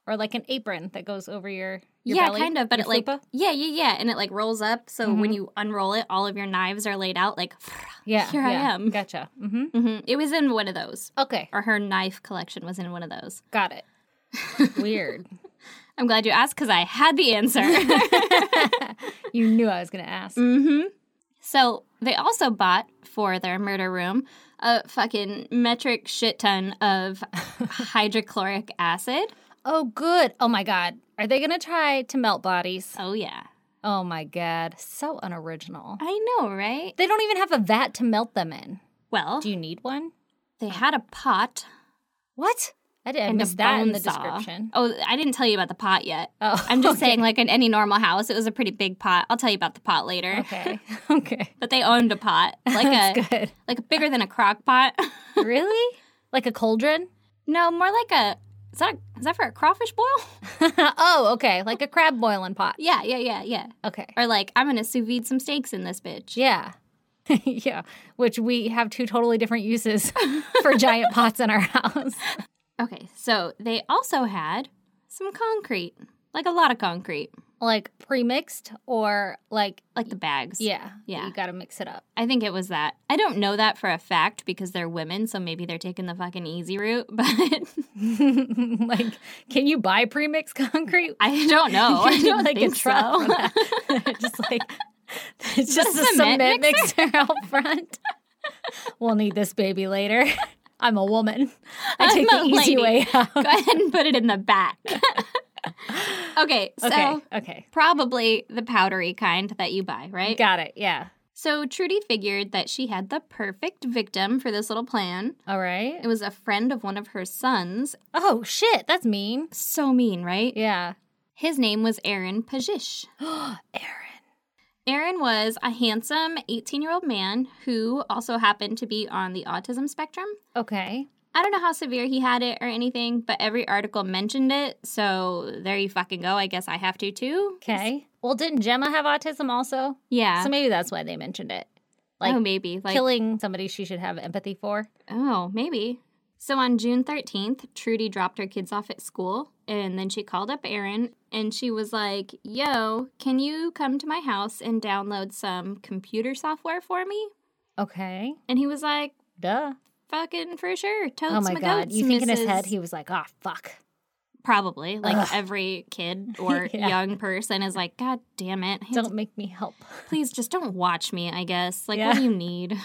Speaker 2: or like an apron that goes over your, your
Speaker 1: Yeah,
Speaker 2: belly,
Speaker 1: kind of, but
Speaker 2: your
Speaker 1: it like
Speaker 2: fupa. Mm-hmm.
Speaker 1: yeah, yeah, yeah, and it like rolls up. So when you unroll it, all of your knives are laid out. Like,
Speaker 2: yeah,
Speaker 1: here I
Speaker 2: yeah.
Speaker 1: am.
Speaker 2: Gotcha. hmm
Speaker 1: mhm. it was in one of those,
Speaker 2: Okay,
Speaker 1: or her knife collection was in one of those.
Speaker 2: got it. Weird.
Speaker 1: I'm glad you asked because I had the answer.
Speaker 2: you knew I was gonna ask.
Speaker 1: hmm So they also bought for their murder room a fucking metric shit ton of hydrochloric acid.
Speaker 2: Oh, good. Oh my god, are they gonna try to melt bodies?
Speaker 1: Oh yeah,
Speaker 2: Oh my god, so unoriginal.
Speaker 1: I know, right?
Speaker 2: They don't even have a vat to melt them in.
Speaker 1: Well,
Speaker 2: Do you need one?
Speaker 1: they had a pot
Speaker 2: What? I didn't
Speaker 1: and a
Speaker 2: miss that in
Speaker 1: bone
Speaker 2: the
Speaker 1: saw.
Speaker 2: description.
Speaker 1: Oh, I didn't tell you about the pot yet.
Speaker 2: Oh,
Speaker 1: I'm just saying, like in any normal house, it was a pretty big pot. I'll tell you about the pot later.
Speaker 2: okay, okay,
Speaker 1: But they owned a pot, like a
Speaker 2: that's good.
Speaker 1: like bigger than a crock pot.
Speaker 2: Really? Like a cauldron?
Speaker 1: no, more like a is that is that for a crawfish boil?
Speaker 2: oh, okay, like a crab boiling pot.
Speaker 1: yeah, yeah, yeah, yeah.
Speaker 2: Okay,
Speaker 1: Or like, I'm gonna sous vide some steaks in this bitch.
Speaker 2: yeah, yeah. Which we have two totally different uses for giant pots in our house.
Speaker 1: Okay, so they also had some concrete, like a lot of concrete,
Speaker 2: Like pre-mixed or like
Speaker 1: like the bags.
Speaker 2: yeah,
Speaker 1: Yeah.
Speaker 2: You got to mix it up.
Speaker 1: I think it was that. I don't know that for a fact because they're women, so maybe they're taking the fucking easy route, but
Speaker 2: like, can you buy pre-mixed concrete?
Speaker 1: I don't know. Oh, I
Speaker 2: You
Speaker 1: don't
Speaker 2: like
Speaker 1: think
Speaker 2: a truck
Speaker 1: so.
Speaker 2: for that. just like it's just a cement,
Speaker 1: cement
Speaker 2: mixer? out front. we'll need this baby later. I'm a woman. I
Speaker 1: I'm
Speaker 2: take
Speaker 1: a
Speaker 2: the easy
Speaker 1: lady.
Speaker 2: way out.
Speaker 1: Go ahead and put it in the back. okay, so
Speaker 2: Okay. okay.
Speaker 1: probably the powdery kind that you buy, right?
Speaker 2: Got it. Yeah.
Speaker 1: So Trudy figured that she had the perfect victim for this little plan.
Speaker 2: All right.
Speaker 1: It was a friend of one of her sons.
Speaker 2: Oh shit, that's mean.
Speaker 1: So mean, right?
Speaker 2: Yeah.
Speaker 1: His name was Aaron Pajish.
Speaker 2: Aaron.
Speaker 1: Aaron was a handsome 18 year old man who also happened to be on the autism spectrum.
Speaker 2: Okay.
Speaker 1: I don't know how severe he had it or anything, but every article mentioned it. So there you fucking go. I guess I have to too.
Speaker 2: Okay. Well, didn't Gemma have autism also?
Speaker 1: Yeah.
Speaker 2: So maybe that's why they mentioned it. Like
Speaker 1: oh, maybe. Like,
Speaker 2: killing somebody she should have empathy for.
Speaker 1: oh, maybe. So on June 13th, Trudy dropped her kids off at school. And then she called up Aaron and she was like, Yo, can you come to my house and download some computer software for me?
Speaker 2: Okay.
Speaker 1: And he was like,
Speaker 2: Duh.
Speaker 1: fucking for sure. Totes
Speaker 2: oh my god!
Speaker 1: goats,
Speaker 2: you think in his
Speaker 1: missus.
Speaker 2: head he was like, "Ah, fuck."
Speaker 1: probably like
Speaker 2: Ugh.
Speaker 1: every kid or
Speaker 2: Yeah.
Speaker 1: young person is like, God damn it! Hey,
Speaker 2: Don't make me help.
Speaker 1: please just don't watch me. I guess like
Speaker 2: Yeah.
Speaker 1: what do you need?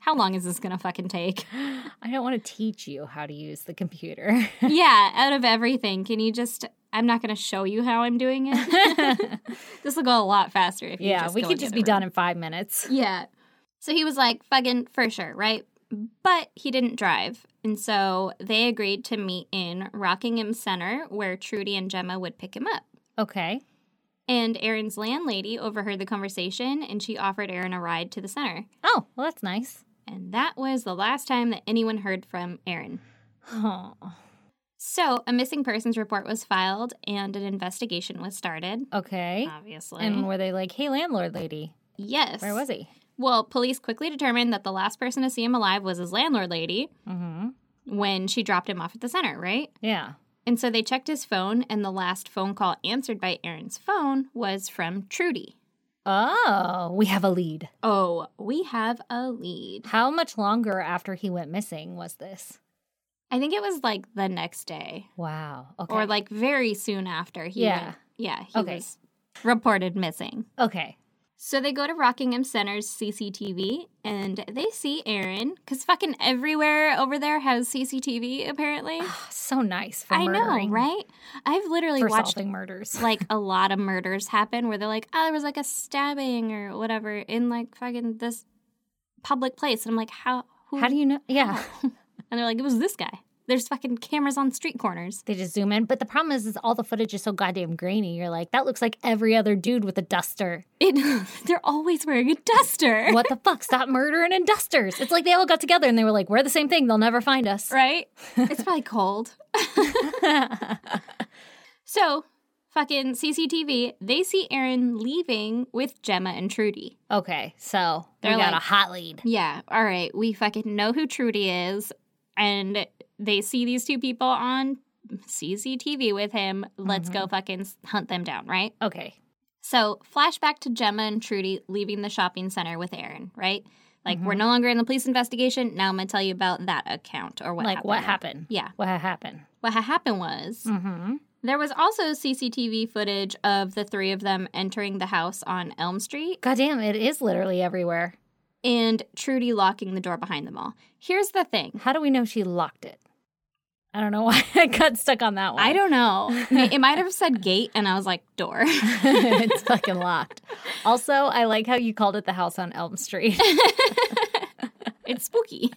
Speaker 1: How long is this gonna fucking take?
Speaker 2: I don't want to teach you how to use the computer.
Speaker 1: yeah, out of everything, can you just? I'm not gonna show you how I'm doing it. this will go a lot faster if you.
Speaker 2: yeah,
Speaker 1: just
Speaker 2: we
Speaker 1: go
Speaker 2: could
Speaker 1: into
Speaker 2: just
Speaker 1: the
Speaker 2: be
Speaker 1: room.
Speaker 2: done in five minutes.
Speaker 1: Yeah. So he was like, fucking for sure, right? But he didn't drive. And so they agreed to meet in Rockingham Center where Trudy and Gemma would pick him up.
Speaker 2: Okay.
Speaker 1: And Aaron's landlady overheard the conversation and she offered Aaron a ride to the center.
Speaker 2: Oh, well, that's nice.
Speaker 1: And that was the last time that anyone heard from Aaron.
Speaker 2: Oh,
Speaker 1: So a missing persons report was filed and an investigation was started.
Speaker 2: okay.
Speaker 1: Obviously.
Speaker 2: And were they like, "Hey, landlord lady,
Speaker 1: yes.
Speaker 2: where was he?"
Speaker 1: Well, police quickly determined that the last person to see him alive was his landlord lady.
Speaker 2: Mm-hmm.
Speaker 1: when she dropped him off at the center, right?
Speaker 2: Yeah.
Speaker 1: And so they checked his phone, and the last phone call answered by Aaron's phone was from Trudy.
Speaker 2: Oh, we have a lead.
Speaker 1: Oh, we have a lead.
Speaker 2: How much longer after he went missing was this?
Speaker 1: I think it was like the next day
Speaker 2: Wow. Okay.
Speaker 1: or like very soon after he
Speaker 2: Yeah.
Speaker 1: went- yeah, he
Speaker 2: Okay.
Speaker 1: was reported missing.
Speaker 2: okay.
Speaker 1: So they go to Rockingham Center's CCTV and they see Aaron because fucking everywhere over there has CCTV apparently.
Speaker 2: So nice for
Speaker 1: I know,
Speaker 2: murdering-
Speaker 1: right? I've literally
Speaker 2: For
Speaker 1: watched
Speaker 2: solving murders.
Speaker 1: like a lot of murders happen where they're like, oh, there was like a stabbing or whatever in like fucking this public place. And I'm like, how? Who?
Speaker 2: How do you know? Yeah.
Speaker 1: and they're like, it was this guy. There's fucking cameras on street corners.
Speaker 2: They just zoom in. But the problem is, is all the footage is so goddamn grainy. You're like, that looks like every other dude with a duster.
Speaker 1: It, they're always wearing a duster.
Speaker 2: What the fuck? Stop murdering in dusters. It's like they all got together and they were like, we're the same thing. They'll never find us.
Speaker 1: Right? It's probably cold. so, fucking CCTV, they see Aaron leaving with Gemma and Trudy.
Speaker 2: Okay. So they
Speaker 1: They're
Speaker 2: got a
Speaker 1: like-
Speaker 2: hot lead.
Speaker 1: Yeah. All right. We fucking know who Trudy is. And they see these two people on CCTV with him. Let's
Speaker 2: Mm-hmm.
Speaker 1: go fucking hunt them down, right?
Speaker 2: Okay.
Speaker 1: So, flashback to Gemma and Trudy leaving the shopping center with Aaron, right? Like,
Speaker 2: Mm-hmm.
Speaker 1: we're no longer in the police investigation. Now I'm going to tell you about that account or what
Speaker 2: like,
Speaker 1: happened.
Speaker 2: what happened?
Speaker 1: Yeah.
Speaker 2: What happened?
Speaker 1: What ha- happened was
Speaker 2: Mm-hmm.
Speaker 1: there was also CCTV footage of the three of them entering the house on Elm Street
Speaker 2: Goddamn, it is literally everywhere.
Speaker 1: and Trudy locking the door behind them all. Here's the thing
Speaker 2: How do we know she locked it? I don't know why I got stuck on that one.
Speaker 1: I don't know. It might have said gate, and I was like door.
Speaker 2: it's fucking locked. Also, I like how you called it the house on Elm Street.
Speaker 1: it's spooky.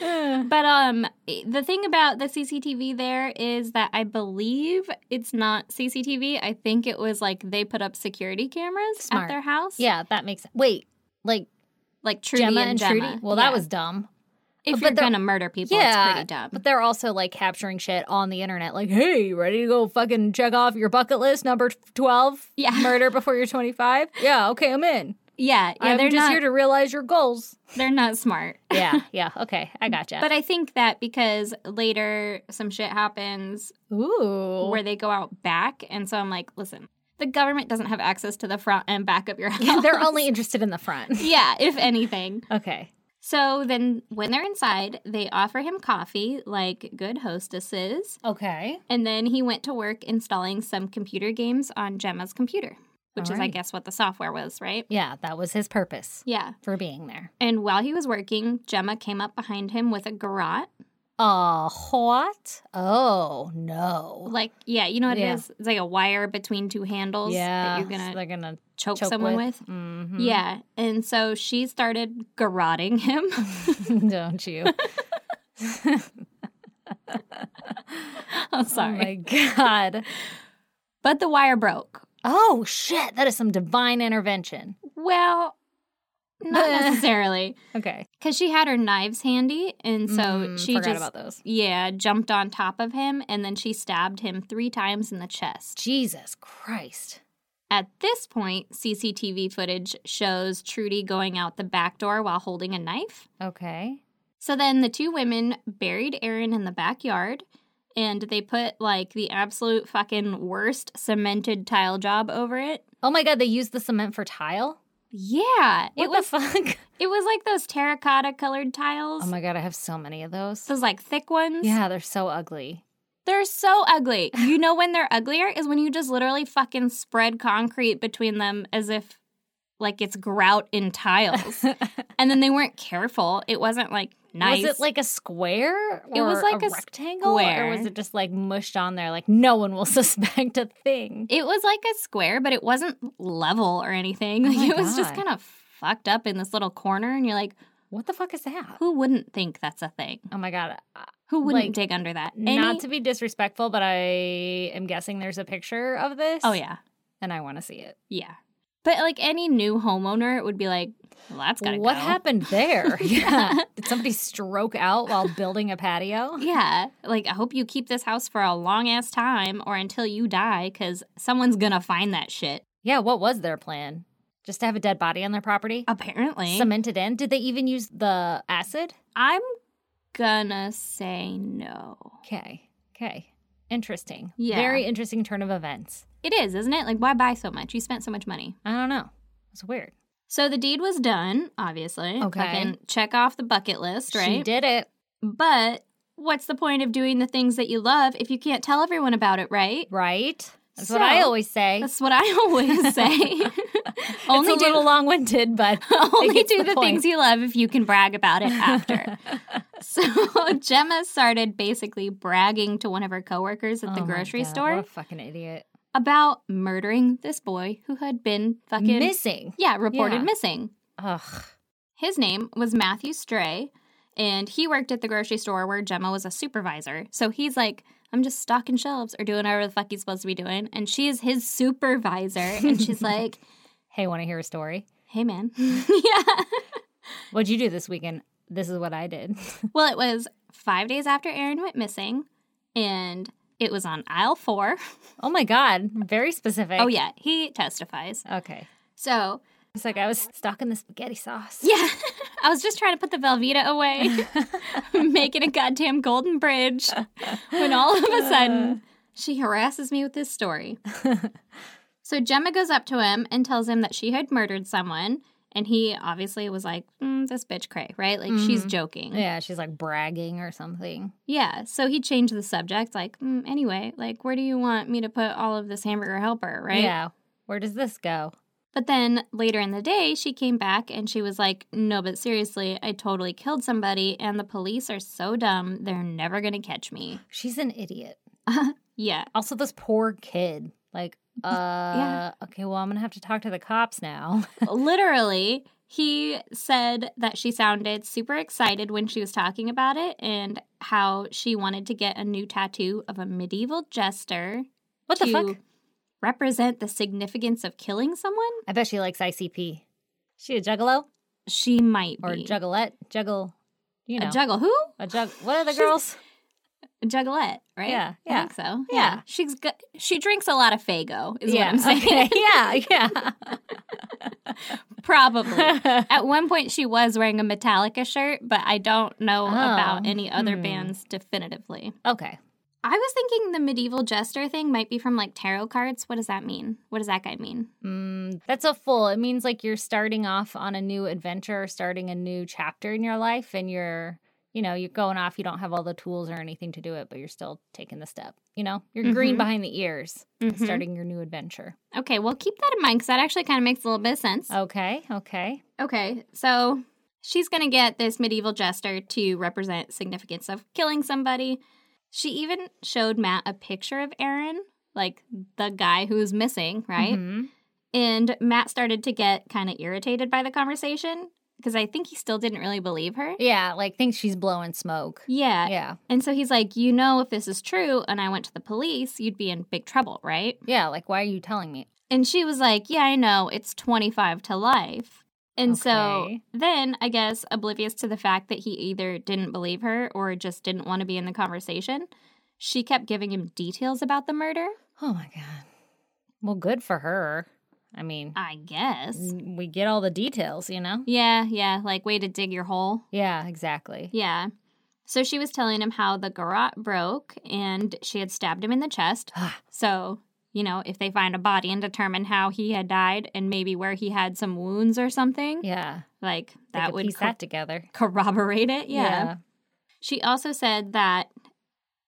Speaker 1: But um, the thing about the CCTV there is that I believe it's not CCTV. I think it was like they put up security cameras
Speaker 2: Smart.
Speaker 1: at their house.
Speaker 2: yeah, that makes Wait, like
Speaker 1: like Trudy
Speaker 2: Gemma
Speaker 1: and
Speaker 2: and
Speaker 1: Gemma.
Speaker 2: Trudy? Well, that
Speaker 1: Yeah.
Speaker 2: was dumb.
Speaker 1: if
Speaker 2: but
Speaker 1: you're
Speaker 2: they're-
Speaker 1: gonna murder people, it's pretty dumb.
Speaker 2: But they're also like capturing shit on the internet, like, hey, you ready to go fucking check off your bucket list number 12?
Speaker 1: Yeah.
Speaker 2: Murder before you're 25? Yeah, okay, I'm in.
Speaker 1: yeah, yeah,
Speaker 2: I'm
Speaker 1: they're
Speaker 2: just
Speaker 1: not.
Speaker 2: here to realize your goals.
Speaker 1: they're not smart.
Speaker 2: Yeah, yeah, okay, I gotcha.
Speaker 1: But I think that because later some shit happens
Speaker 2: Ooh.
Speaker 1: where they go out back, and so I'm like, listen, the government doesn't have access to the front and back of your house.
Speaker 2: they're only interested in the front.
Speaker 1: yeah, if anything.
Speaker 2: Okay.
Speaker 1: So then when they're inside, they offer him coffee like good hostesses.
Speaker 2: Okay.
Speaker 1: And then he went to work installing some computer games on Gemma's computer, which
Speaker 2: All
Speaker 1: is, I
Speaker 2: right.
Speaker 1: guess, what the software was, right?
Speaker 2: Yeah, that was his purpose
Speaker 1: Yeah.
Speaker 2: for being there.
Speaker 1: And while he was working, Gemma came up behind him with a garrote.
Speaker 2: Uh, what? Oh, no.
Speaker 1: Like, yeah, you know what
Speaker 2: Yeah.
Speaker 1: it is? It's like a wire between two handles
Speaker 2: Yeah.
Speaker 1: that you're going
Speaker 2: so
Speaker 1: to
Speaker 2: they're going to
Speaker 1: choke,
Speaker 2: choke
Speaker 1: someone with.
Speaker 2: with. Mhm.
Speaker 1: Yeah. And so she started garroting him.
Speaker 2: Don't you?
Speaker 1: I'm
Speaker 2: Oh,
Speaker 1: sorry.
Speaker 2: my God.
Speaker 1: But the wire broke.
Speaker 2: Oh shit, that is some divine intervention.
Speaker 1: Well, not necessarily.
Speaker 2: Okay.
Speaker 1: Because she had her knives handy, and so she
Speaker 2: Mm, forgot
Speaker 1: just
Speaker 2: about those.
Speaker 1: yeah jumped on top of him, and then she stabbed him three times in the chest.
Speaker 2: Jesus Christ.
Speaker 1: At this point, CCTV footage shows Trudy going out the back door while holding a knife.
Speaker 2: Okay.
Speaker 1: So then the two women buried Aaron in the backyard, and they put like the absolute fucking worst cemented tile job over it.
Speaker 2: Oh my god, they used the cement for tile?
Speaker 1: Yeah,
Speaker 2: What
Speaker 1: it was
Speaker 2: the fuck?
Speaker 1: it was like those terracotta colored tiles.
Speaker 2: Oh my god, I have so many of those.
Speaker 1: those like thick ones.
Speaker 2: Yeah, they're so ugly.
Speaker 1: They're so ugly. You know when they're uglier is when you just literally fucking spread concrete between them as if like it's grout in tiles. and then they weren't careful. It wasn't like nice.
Speaker 2: Was it like a square?
Speaker 1: It was
Speaker 2: or
Speaker 1: like
Speaker 2: a,
Speaker 1: a
Speaker 2: rectangle,
Speaker 1: square.
Speaker 2: or was it just like mushed on there? Like no one will suspect a thing.
Speaker 1: it was like a square, but it wasn't level or anything. Like
Speaker 2: Oh my
Speaker 1: it was just
Speaker 2: God.
Speaker 1: kind of fucked up in this little corner and you're like,
Speaker 2: What the fuck is that?
Speaker 1: who wouldn't think that's a thing?
Speaker 2: Oh my god. Uh,
Speaker 1: Who wouldn't
Speaker 2: Like,
Speaker 1: dig under that? Any-
Speaker 2: Not to be disrespectful, but I am guessing there's a picture of this.
Speaker 1: Oh yeah.
Speaker 2: and I want to see it.
Speaker 1: Yeah. But like any new homeowner would be like, well, that's gotta
Speaker 2: what
Speaker 1: go.
Speaker 2: happened there? yeah. Did somebody stroke out while building a patio?
Speaker 1: Yeah. Like, I hope you keep this house for a long ass time or until you die because someone's going to find that shit.
Speaker 2: Yeah, what was their plan? Just to have a dead body on their property?
Speaker 1: Apparently.
Speaker 2: Cemented in? Did they even use the acid?
Speaker 1: I'm going to say no.
Speaker 2: Okay. Okay. Interesting.
Speaker 1: Yeah.
Speaker 2: Very interesting turn of events.
Speaker 1: It is, isn't it? Like, why buy so much? You spent so much money.
Speaker 2: I don't know. It's weird.
Speaker 1: So the deed was done, obviously.
Speaker 2: Okay.
Speaker 1: Fucking check off the bucket list, right?
Speaker 2: She did it.
Speaker 1: But what's the point of doing the things that you love if you can't tell everyone about it, right?
Speaker 2: Right? That's
Speaker 1: So-
Speaker 2: what I always say.
Speaker 1: That's what I always say. only
Speaker 2: it's a little
Speaker 1: do,
Speaker 2: long winded, but
Speaker 1: only
Speaker 2: gets
Speaker 1: do
Speaker 2: the
Speaker 1: the,
Speaker 2: point.
Speaker 1: things you love if you can brag about it after. so Gemma started basically bragging to one of her coworkers at the
Speaker 2: Oh my
Speaker 1: grocery
Speaker 2: God,
Speaker 1: store
Speaker 2: What a fucking idiot.
Speaker 1: about murdering this boy who had been fucking
Speaker 2: Missing.
Speaker 1: yeah reported
Speaker 2: Yeah.
Speaker 1: missing.
Speaker 2: Ugh.
Speaker 1: His name was Matthew Stray, and he worked at the grocery store where Gemma was a supervisor. So he's like, I'm just stocking shelves or doing whatever the fuck he's supposed to be doing. And she is his supervisor. And she's like,
Speaker 2: Hey, want to hear a story?
Speaker 1: hey, man. yeah.
Speaker 2: What'd you do this weekend? This is what I did.
Speaker 1: Well, it was five days after Aaron went missing, and it was on aisle four.
Speaker 2: oh my God. Very specific.
Speaker 1: Oh, yeah. He testifies.
Speaker 2: Okay.
Speaker 1: So,
Speaker 2: It's like I was stuck in the spaghetti sauce.
Speaker 1: yeah. I was just trying to put the Velveeta away, making a goddamn golden bridge, when all of a sudden she harasses me with this story. so Gemma goes up to him and tells him that she had murdered someone, and he obviously was like, mm, "This bitch cray, right? Like she's joking."
Speaker 2: Yeah, she's like bragging or something.
Speaker 1: Yeah, so he changed the subject, like, mm, anyway, like, where do you want me to put all of this hamburger helper, right?
Speaker 2: Yeah. Where does this go?
Speaker 1: But then later in the day, she came back and she was like, no, but seriously, I totally killed somebody, and the police are so dumb, they're never gonna catch me.
Speaker 2: She's an idiot.
Speaker 1: Yeah.
Speaker 2: Also, this poor kid. Like, uh, okay, well, I'm gonna have to talk to the cops now.
Speaker 1: Literally, he said that she sounded super excited when she was talking about it and how she wanted to get a new tattoo of a medieval jester
Speaker 2: What the
Speaker 1: to
Speaker 2: fuck?
Speaker 1: represent the significance of killing someone.
Speaker 2: I bet she likes ICP. She a juggalo
Speaker 1: She might
Speaker 2: or
Speaker 1: be.
Speaker 2: juggalette? Juggle, you know,
Speaker 1: A juggle who?
Speaker 2: a jug. What are the
Speaker 1: She's-
Speaker 2: girls?
Speaker 1: A juggalette, right?
Speaker 2: Yeah,
Speaker 1: I
Speaker 2: yeah.
Speaker 1: think so.
Speaker 2: Yeah.
Speaker 1: She's good. She drinks a lot of Fago, is
Speaker 2: yeah,
Speaker 1: what I'm saying.
Speaker 2: okay, yeah,
Speaker 1: Probably.
Speaker 2: yeah.
Speaker 1: At one point, she was wearing a Metallica shirt, but I don't know about any other
Speaker 2: Oh, hmm.
Speaker 1: bands definitively.
Speaker 2: okay,
Speaker 1: I was thinking the medieval jester thing might be from like tarot cards. What does that mean? What does that guy mean?
Speaker 2: mm, that's a full. It means like you're starting off on a new adventure, starting a new chapter in your life, and you're, you know, you're going off. You don't have all the tools or anything to do it, but you're still taking the step. You know, you're green
Speaker 1: Mhm.
Speaker 2: behind the ears,
Speaker 1: Mhm.
Speaker 2: starting your new adventure.
Speaker 1: Okay, well, keep that in mind because that actually kind of makes a little bit of sense.
Speaker 2: Okay, okay,
Speaker 1: Okay, so she's going to get this medieval jester to represent significance of killing somebody. She even showed Matt a picture of Aaron, like the guy who's missing, right?
Speaker 2: Mhm.
Speaker 1: And Matt started to get kind of irritated by the conversation because I think he still didn't really believe her.
Speaker 2: Yeah, like thinks she's blowing smoke.
Speaker 1: Yeah.
Speaker 2: Yeah,
Speaker 1: And so he's like, You know, if this is true and I went to the police, you'd be in big trouble, right?
Speaker 2: yeah. Like, why are you telling me?
Speaker 1: And she was like, Yeah, I know. It's 25 to life. And so
Speaker 2: Okay.
Speaker 1: then, I guess, oblivious to the fact that he either didn't believe her or just didn't want to be in the conversation, she kept giving him details about the murder.
Speaker 2: Oh my god. Well, good for her. I mean,
Speaker 1: I guess.
Speaker 2: we get all the details, you know?
Speaker 1: Yeah, yeah. Like, way to dig your hole.
Speaker 2: Yeah, exactly.
Speaker 1: Yeah. So she was telling him how the garrote broke and she had stabbed him in the chest.
Speaker 2: Ah.
Speaker 1: So, you know, if they find a body and determine how he had died and maybe where he had some wounds or something,
Speaker 2: Yeah,
Speaker 1: like
Speaker 2: they
Speaker 1: that
Speaker 2: could
Speaker 1: would
Speaker 2: piece
Speaker 1: cor-
Speaker 2: that together.
Speaker 1: corroborate it. Yeah. She also said that,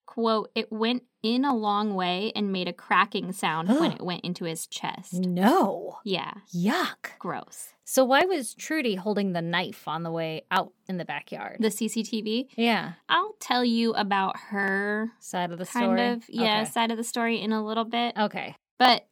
Speaker 1: quote, it went in a long way and made a cracking sound when it went into his
Speaker 2: Mm.
Speaker 1: chest.
Speaker 2: No.
Speaker 1: Yeah.
Speaker 2: Yuck.
Speaker 1: Gross.
Speaker 2: So why was Trudy holding the knife on the way out in the backyard?
Speaker 1: The CCTV.
Speaker 2: yeah,
Speaker 1: I'll tell you about her
Speaker 2: side of the
Speaker 1: kind
Speaker 2: story. Oh.
Speaker 1: of yeah side of the story in a little bit.
Speaker 2: Okay. okay.
Speaker 1: But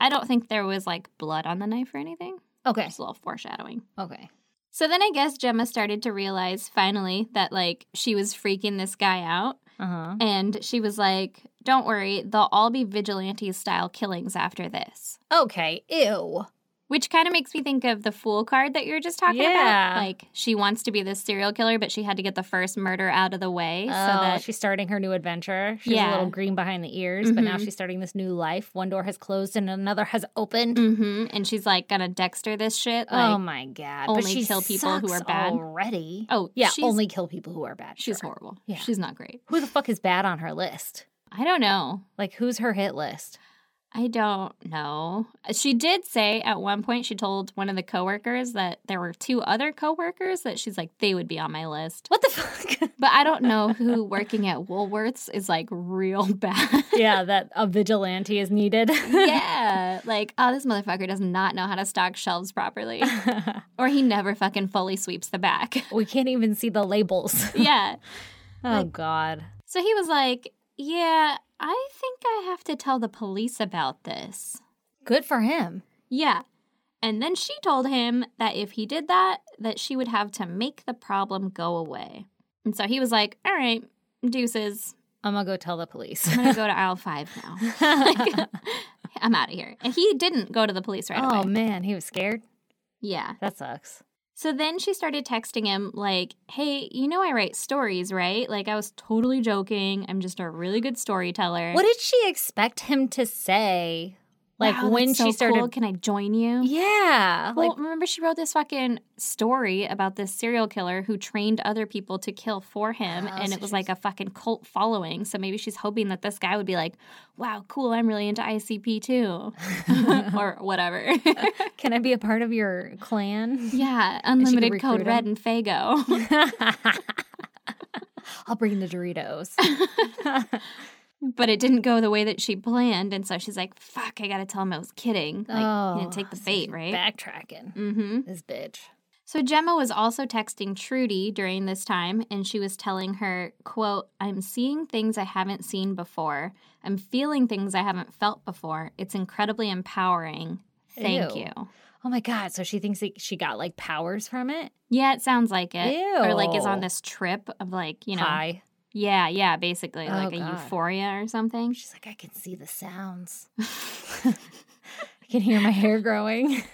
Speaker 1: I don't think there was like blood on the knife or anything.
Speaker 2: Okay.
Speaker 1: Just a little foreshadowing.
Speaker 2: Okay.
Speaker 1: So then I guess Gemma started to realize finally that like she was freaking this guy out.
Speaker 2: Uh-huh.
Speaker 1: And she was like, Don't worry, they'll all be vigilante style killings after this.
Speaker 2: Okay. Ew.
Speaker 1: Which kind of makes me think of the fool card that you were just talking
Speaker 2: Yeah.
Speaker 1: about. Like she wants to be this serial killer, but she had to get the first murder out of the way so
Speaker 2: Oh,
Speaker 1: that
Speaker 2: she's starting her new adventure. She's a
Speaker 1: Yeah.
Speaker 2: little green behind the ears, but now
Speaker 1: Mhm.
Speaker 2: she's starting this new life. One door has closed and another has opened.
Speaker 1: hmm and she's like gonna Dexter this shit. Like
Speaker 2: oh my god! But
Speaker 1: only
Speaker 2: she
Speaker 1: kill people who
Speaker 2: sucks
Speaker 1: are bad.
Speaker 2: already.
Speaker 1: Oh,
Speaker 2: yeah,
Speaker 1: she's-
Speaker 2: only kill people who are bad.
Speaker 1: she's
Speaker 2: sure.
Speaker 1: horrible.
Speaker 2: Yeah.
Speaker 1: She's not great.
Speaker 2: Who the fuck is bad on her list?
Speaker 1: I don't know.
Speaker 2: Like, who's her hit list?
Speaker 1: I don't know. She did say at one point she told one of the coworkers that there were two other coworkers that she's like they would be on my list.
Speaker 2: What the fuck?
Speaker 1: But I don't know who working at Woolworths is like real bad.
Speaker 2: yeah, that a vigilante is needed.
Speaker 1: yeah, like oh this motherfucker does not know how to stock shelves properly or he never fucking fully sweeps the back.
Speaker 2: we can't even see the labels.
Speaker 1: yeah.
Speaker 2: Oh,
Speaker 1: Like-
Speaker 2: God.
Speaker 1: So he was like, "Yeah, I think I have to tell the police about this."
Speaker 2: Good for him.
Speaker 1: Yeah. And then she told him that if he did that, that she would have to make the problem go away. And so he was like, "All right, deuces.
Speaker 2: I'm going to go tell the police.
Speaker 1: I'm gonna go to aisle five now. Like, I'm out of here." And he didn't go to the police right
Speaker 2: oh,
Speaker 1: away.
Speaker 2: man. He was scared.
Speaker 1: Yeah.
Speaker 2: That sucks.
Speaker 1: So then she started texting him like, "Hey, you know I write stories, right? Like I was totally joking. I'm just a really good storyteller."
Speaker 2: What did she expect him to say? Like,
Speaker 1: Wow,
Speaker 2: when
Speaker 1: that's so
Speaker 2: she started.
Speaker 1: cool. can I join you?
Speaker 2: Yeah.
Speaker 1: Well,
Speaker 2: Like,
Speaker 1: remember she wrote this fucking story about this serial killer who trained other people to kill for him,
Speaker 2: Oh,
Speaker 1: and
Speaker 2: so
Speaker 1: it was
Speaker 2: she's-
Speaker 1: like a fucking cult following. So maybe she's hoping that this guy would be like, "Wow, cool! I'm really into ICP too," or whatever.
Speaker 2: can I be a part of your clan?
Speaker 1: yeah,
Speaker 2: she could
Speaker 1: unlimited code
Speaker 2: recruit
Speaker 1: red
Speaker 2: him.
Speaker 1: and Fago.
Speaker 2: I'll bring the Doritos.
Speaker 1: but it didn't go the way that she planned, and so she's like, "Fuck! I gotta tell him I was kidding. Like,
Speaker 2: oh,
Speaker 1: he didn't take the
Speaker 2: so
Speaker 1: bait,
Speaker 2: she's
Speaker 1: right?"
Speaker 2: Backtracking.
Speaker 1: mm-hmm.
Speaker 2: This bitch.
Speaker 1: So Gemma was also texting Trudy during this time and she was telling her, quote, I'm seeing things I haven't seen before. I'm feeling things I haven't felt before. It's incredibly empowering. Thank
Speaker 2: Ew.
Speaker 1: you.
Speaker 2: Oh my god! So she thinks that she got like powers from it.
Speaker 1: Yeah, it sounds like it. Or like is on
Speaker 2: Ew.
Speaker 1: this trip of like, you know.
Speaker 2: Pie.
Speaker 1: Yeah, yeah, basically
Speaker 2: Oh,
Speaker 1: like a
Speaker 2: God.
Speaker 1: euphoria or something.
Speaker 2: She's like, I can see the sounds. I can hear my hair growing.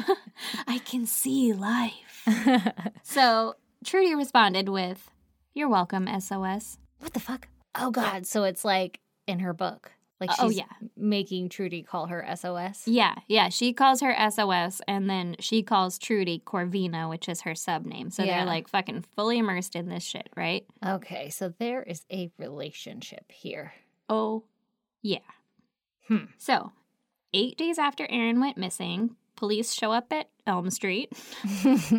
Speaker 1: I can see life. so Trudy responded with, You're welcome, SOS.
Speaker 2: what the fuck? Oh god! So it's like in her book. Like she's
Speaker 1: oh, yeah.
Speaker 2: making Trudy call her SOS.
Speaker 1: Yeah, yeah. She calls her SOS and then she calls Trudy Corvina, which is her sub name. So
Speaker 2: Yeah.
Speaker 1: they're like fucking fully immersed in this shit, right?
Speaker 2: Okay, so there is a relationship here.
Speaker 1: Oh, yeah.
Speaker 2: Hmm.
Speaker 1: So, eight days after Aaron went missing, police show up at Elm Street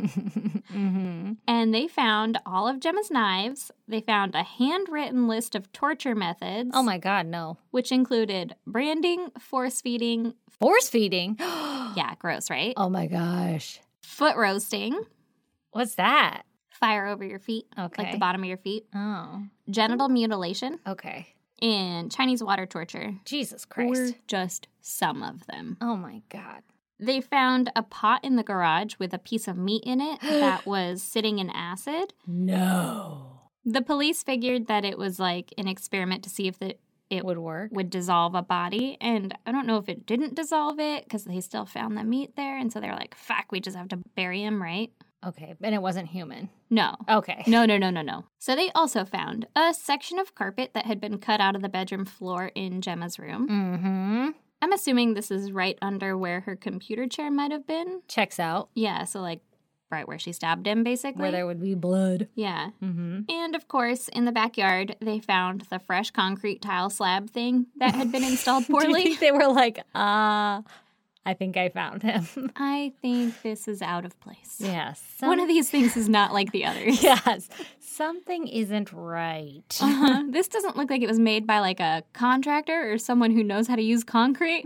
Speaker 2: mm-hmm.
Speaker 1: and they found all of Gemma's knives. They found a handwritten list of torture methods,
Speaker 2: Oh my god, no.
Speaker 1: which included branding, force feeding.
Speaker 2: Force feeding.
Speaker 1: Yeah, gross, right?
Speaker 2: Oh my gosh.
Speaker 1: Foot roasting,
Speaker 2: What's that?
Speaker 1: fire over your feet,
Speaker 2: Okay.
Speaker 1: like the bottom of your feet,
Speaker 2: Oh.
Speaker 1: genital mutilation.
Speaker 2: Okay.
Speaker 1: and Chinese water torture
Speaker 2: Jesus Christ.
Speaker 1: were just some of them.
Speaker 2: Oh my god.
Speaker 1: They found a pot in the garage with a piece of meat in it that was sitting in acid.
Speaker 2: No.
Speaker 1: The police figured that it was like an experiment to see if the,
Speaker 2: It would work.
Speaker 1: would dissolve a body. And I don't know if it didn't dissolve it because they still found the meat there. And so they're like, fuck, we just have to bury him, right?
Speaker 2: Okay, and it wasn't human.
Speaker 1: No.
Speaker 2: Okay.
Speaker 1: No, no, no, no, no. So they also found a section of carpet that had been cut out of the bedroom floor in Gemma's room.
Speaker 2: Mm-hmm.
Speaker 1: I'm assuming this is right under where her computer chair might have been.
Speaker 2: Checks out
Speaker 1: Yeah, so like right where she stabbed him, basically.
Speaker 2: where there would be blood.
Speaker 1: yeah.
Speaker 2: Mm-hmm.
Speaker 1: And of course, in the backyard, they found the fresh concrete tile slab thing that had been installed
Speaker 2: Do you
Speaker 1: poorly.
Speaker 2: think they were like, uh, I think I found him.
Speaker 1: I think this is out of place.
Speaker 2: yes.
Speaker 1: One of these things is not like the others.
Speaker 2: Yes. Something isn't right.
Speaker 1: Uh-huh. This doesn't look like it was made by like a contractor or someone who knows how to use concrete.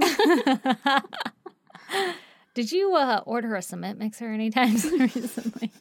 Speaker 2: Did you uh, order a cement mixer anytime recently?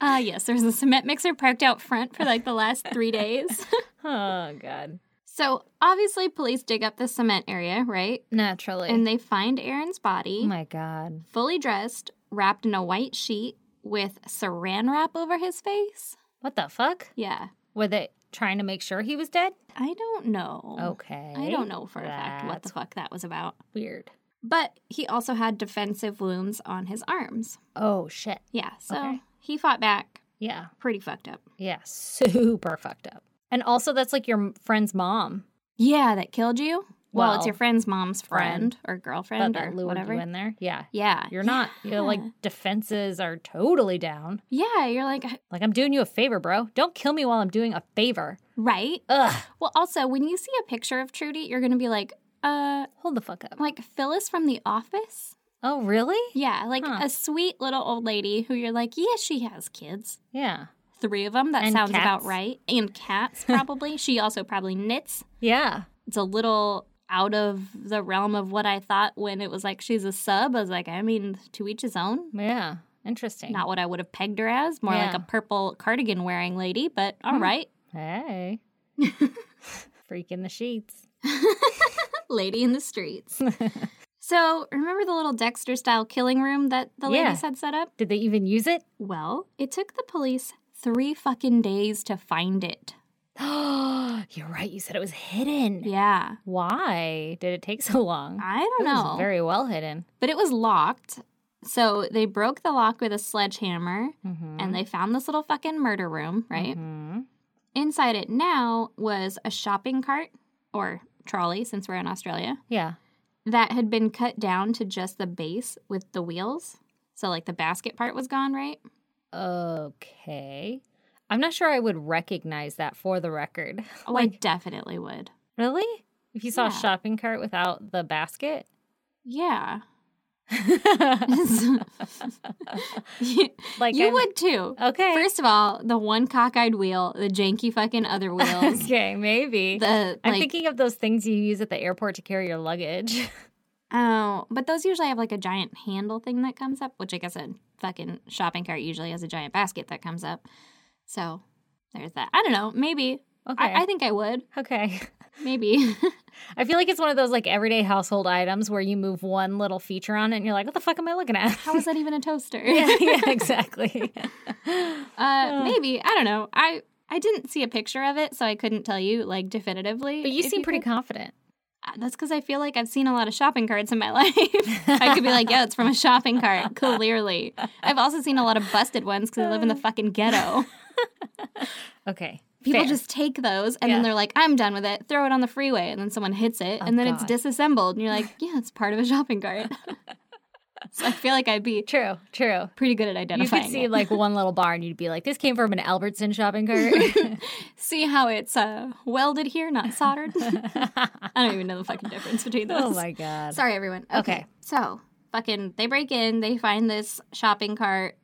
Speaker 1: Ah, yes, there's a cement mixer parked out front for like the last three days.
Speaker 2: oh God.
Speaker 1: So obviously, police dig up the cement area, right?
Speaker 2: Naturally.
Speaker 1: And they find Aaron's
Speaker 2: oh
Speaker 1: body,
Speaker 2: my God.
Speaker 1: fully dressed, wrapped in a white sheet with saran wrap over his face.
Speaker 2: What the fuck?
Speaker 1: Yeah.
Speaker 2: Were they trying to make sure he was dead?
Speaker 1: I don't know.
Speaker 2: Okay.
Speaker 1: Mm. I don't know for a fact what the
Speaker 2: That's
Speaker 1: fuck that was about.
Speaker 2: Weird.
Speaker 1: But he also had defensive wounds on his arms.
Speaker 2: Oh shit.
Speaker 1: Yeah. So
Speaker 2: Okay.
Speaker 1: he fought back
Speaker 2: Yeah.
Speaker 1: pretty fucked up.
Speaker 2: Yeah. Super fucked up. And also, that's like your m- friend's mom.
Speaker 1: Yeah, that killed you? Well,
Speaker 2: Well,
Speaker 1: it's your friend's mom's friend,
Speaker 2: friend.
Speaker 1: or
Speaker 2: But
Speaker 1: girlfriend or
Speaker 2: that lured
Speaker 1: whatever.
Speaker 2: you in there. Yeah.
Speaker 1: Yeah.
Speaker 2: You're not, you're like,
Speaker 1: Yeah.
Speaker 2: defenses are totally down.
Speaker 1: Yeah, you're like, "I-
Speaker 2: Like, I'm doing you a favor, bro. Don't kill me while I'm doing a favor.
Speaker 1: right?
Speaker 2: Ugh.
Speaker 1: Well, also, when you see a picture of Trudy, you're going to be like, uh,
Speaker 2: Hold the fuck up.
Speaker 1: like Phyllis from The Office?
Speaker 2: Oh, really?
Speaker 1: Yeah, like
Speaker 2: Huh.
Speaker 1: a sweet little old lady who you're like, yeah, she has kids.
Speaker 2: Yeah.
Speaker 1: Three of them. That
Speaker 2: And
Speaker 1: sounds about
Speaker 2: cats.
Speaker 1: right. And cats, probably. she also probably knits.
Speaker 2: Yeah.
Speaker 1: It's a little out of the realm of what I thought when it was like she's a sub. I was like, I mean, to each his own.
Speaker 2: Yeah. Interesting.
Speaker 1: Not what I would have pegged her as. More like
Speaker 2: Yeah.
Speaker 1: a purple cardigan wearing lady, but all
Speaker 2: Hmm.
Speaker 1: right.
Speaker 2: Hey. Freaking the sheets.
Speaker 1: lady in the streets. so remember the little Dexter style killing room that the
Speaker 2: Yeah.
Speaker 1: ladies had set up?
Speaker 2: Did they even use it?
Speaker 1: Well, it took the police three fucking days to find it.
Speaker 2: You're right. You said it was hidden.
Speaker 1: Yeah.
Speaker 2: Why did it take so long?
Speaker 1: I don't
Speaker 2: It was
Speaker 1: know.
Speaker 2: very well hidden.
Speaker 1: but it was locked. So they broke the lock with a sledgehammer
Speaker 2: Mm-hmm.
Speaker 1: and they found this little fucking murder room, right? Inside it now was a shopping cart or trolley, since we're in Australia,
Speaker 2: Yeah.
Speaker 1: that had been cut down to just the base with the wheels. So, like, the basket part was gone, right?
Speaker 2: Okay. I'm not sure I would recognize that for the record.
Speaker 1: Oh, I
Speaker 2: like,
Speaker 1: definitely would.
Speaker 2: really? If you saw
Speaker 1: Yeah.
Speaker 2: a shopping cart without the basket?
Speaker 1: Yeah.
Speaker 2: like
Speaker 1: you
Speaker 2: I'm-
Speaker 1: would too.
Speaker 2: Okay.
Speaker 1: First of all, the one cockeyed wheel, the janky fucking other wheels,
Speaker 2: okay, maybe.
Speaker 1: the
Speaker 2: I'm
Speaker 1: like.
Speaker 2: thinking of those things you use at the airport to carry your luggage.
Speaker 1: oh, but those usually have like a giant handle thing that comes up, which I guess a fucking shopping cart usually has a giant basket that comes up. So there's that. I don't know. Maybe.
Speaker 2: Okay.
Speaker 1: I, I think I would.
Speaker 2: okay.
Speaker 1: Maybe.
Speaker 2: I feel like it's one of those like everyday household items where you move one little feature on it and you're like, what the fuck am I looking at?
Speaker 1: How is that even a toaster?
Speaker 2: yeah, yeah, exactly.
Speaker 1: Uh, maybe. I don't know. I I didn't see a picture of it, so I couldn't tell you like definitively.
Speaker 2: But you
Speaker 1: if
Speaker 2: seem pretty
Speaker 1: could.
Speaker 2: confident.
Speaker 1: Uh, That's because I feel like I've seen a lot of shopping carts in my life. I could be like, yeah, it's from a shopping cart, clearly. I've also seen a lot of busted ones because I live in the fucking ghetto.
Speaker 2: Okay.
Speaker 1: People
Speaker 2: fair.
Speaker 1: just take those and then
Speaker 2: Yeah. Oh,
Speaker 1: they're like, I'm done with it, throw it on the freeway. And then someone hits it and then it's
Speaker 2: God.
Speaker 1: disassembled. And you're like, yeah, it's part of a shopping cart. so I feel like I'd be
Speaker 2: True, true.
Speaker 1: pretty good at
Speaker 2: You
Speaker 1: identifying.
Speaker 2: could see
Speaker 1: it.
Speaker 2: like one little bar and you'd be like, this came from an Albertson shopping cart.
Speaker 1: see how it's uh, welded here, not soldered. I don't even know the fucking difference between those.
Speaker 2: oh my God.
Speaker 1: Sorry, everyone. Okay.
Speaker 2: Okay.
Speaker 1: So, fucking, they break in, they find this shopping cart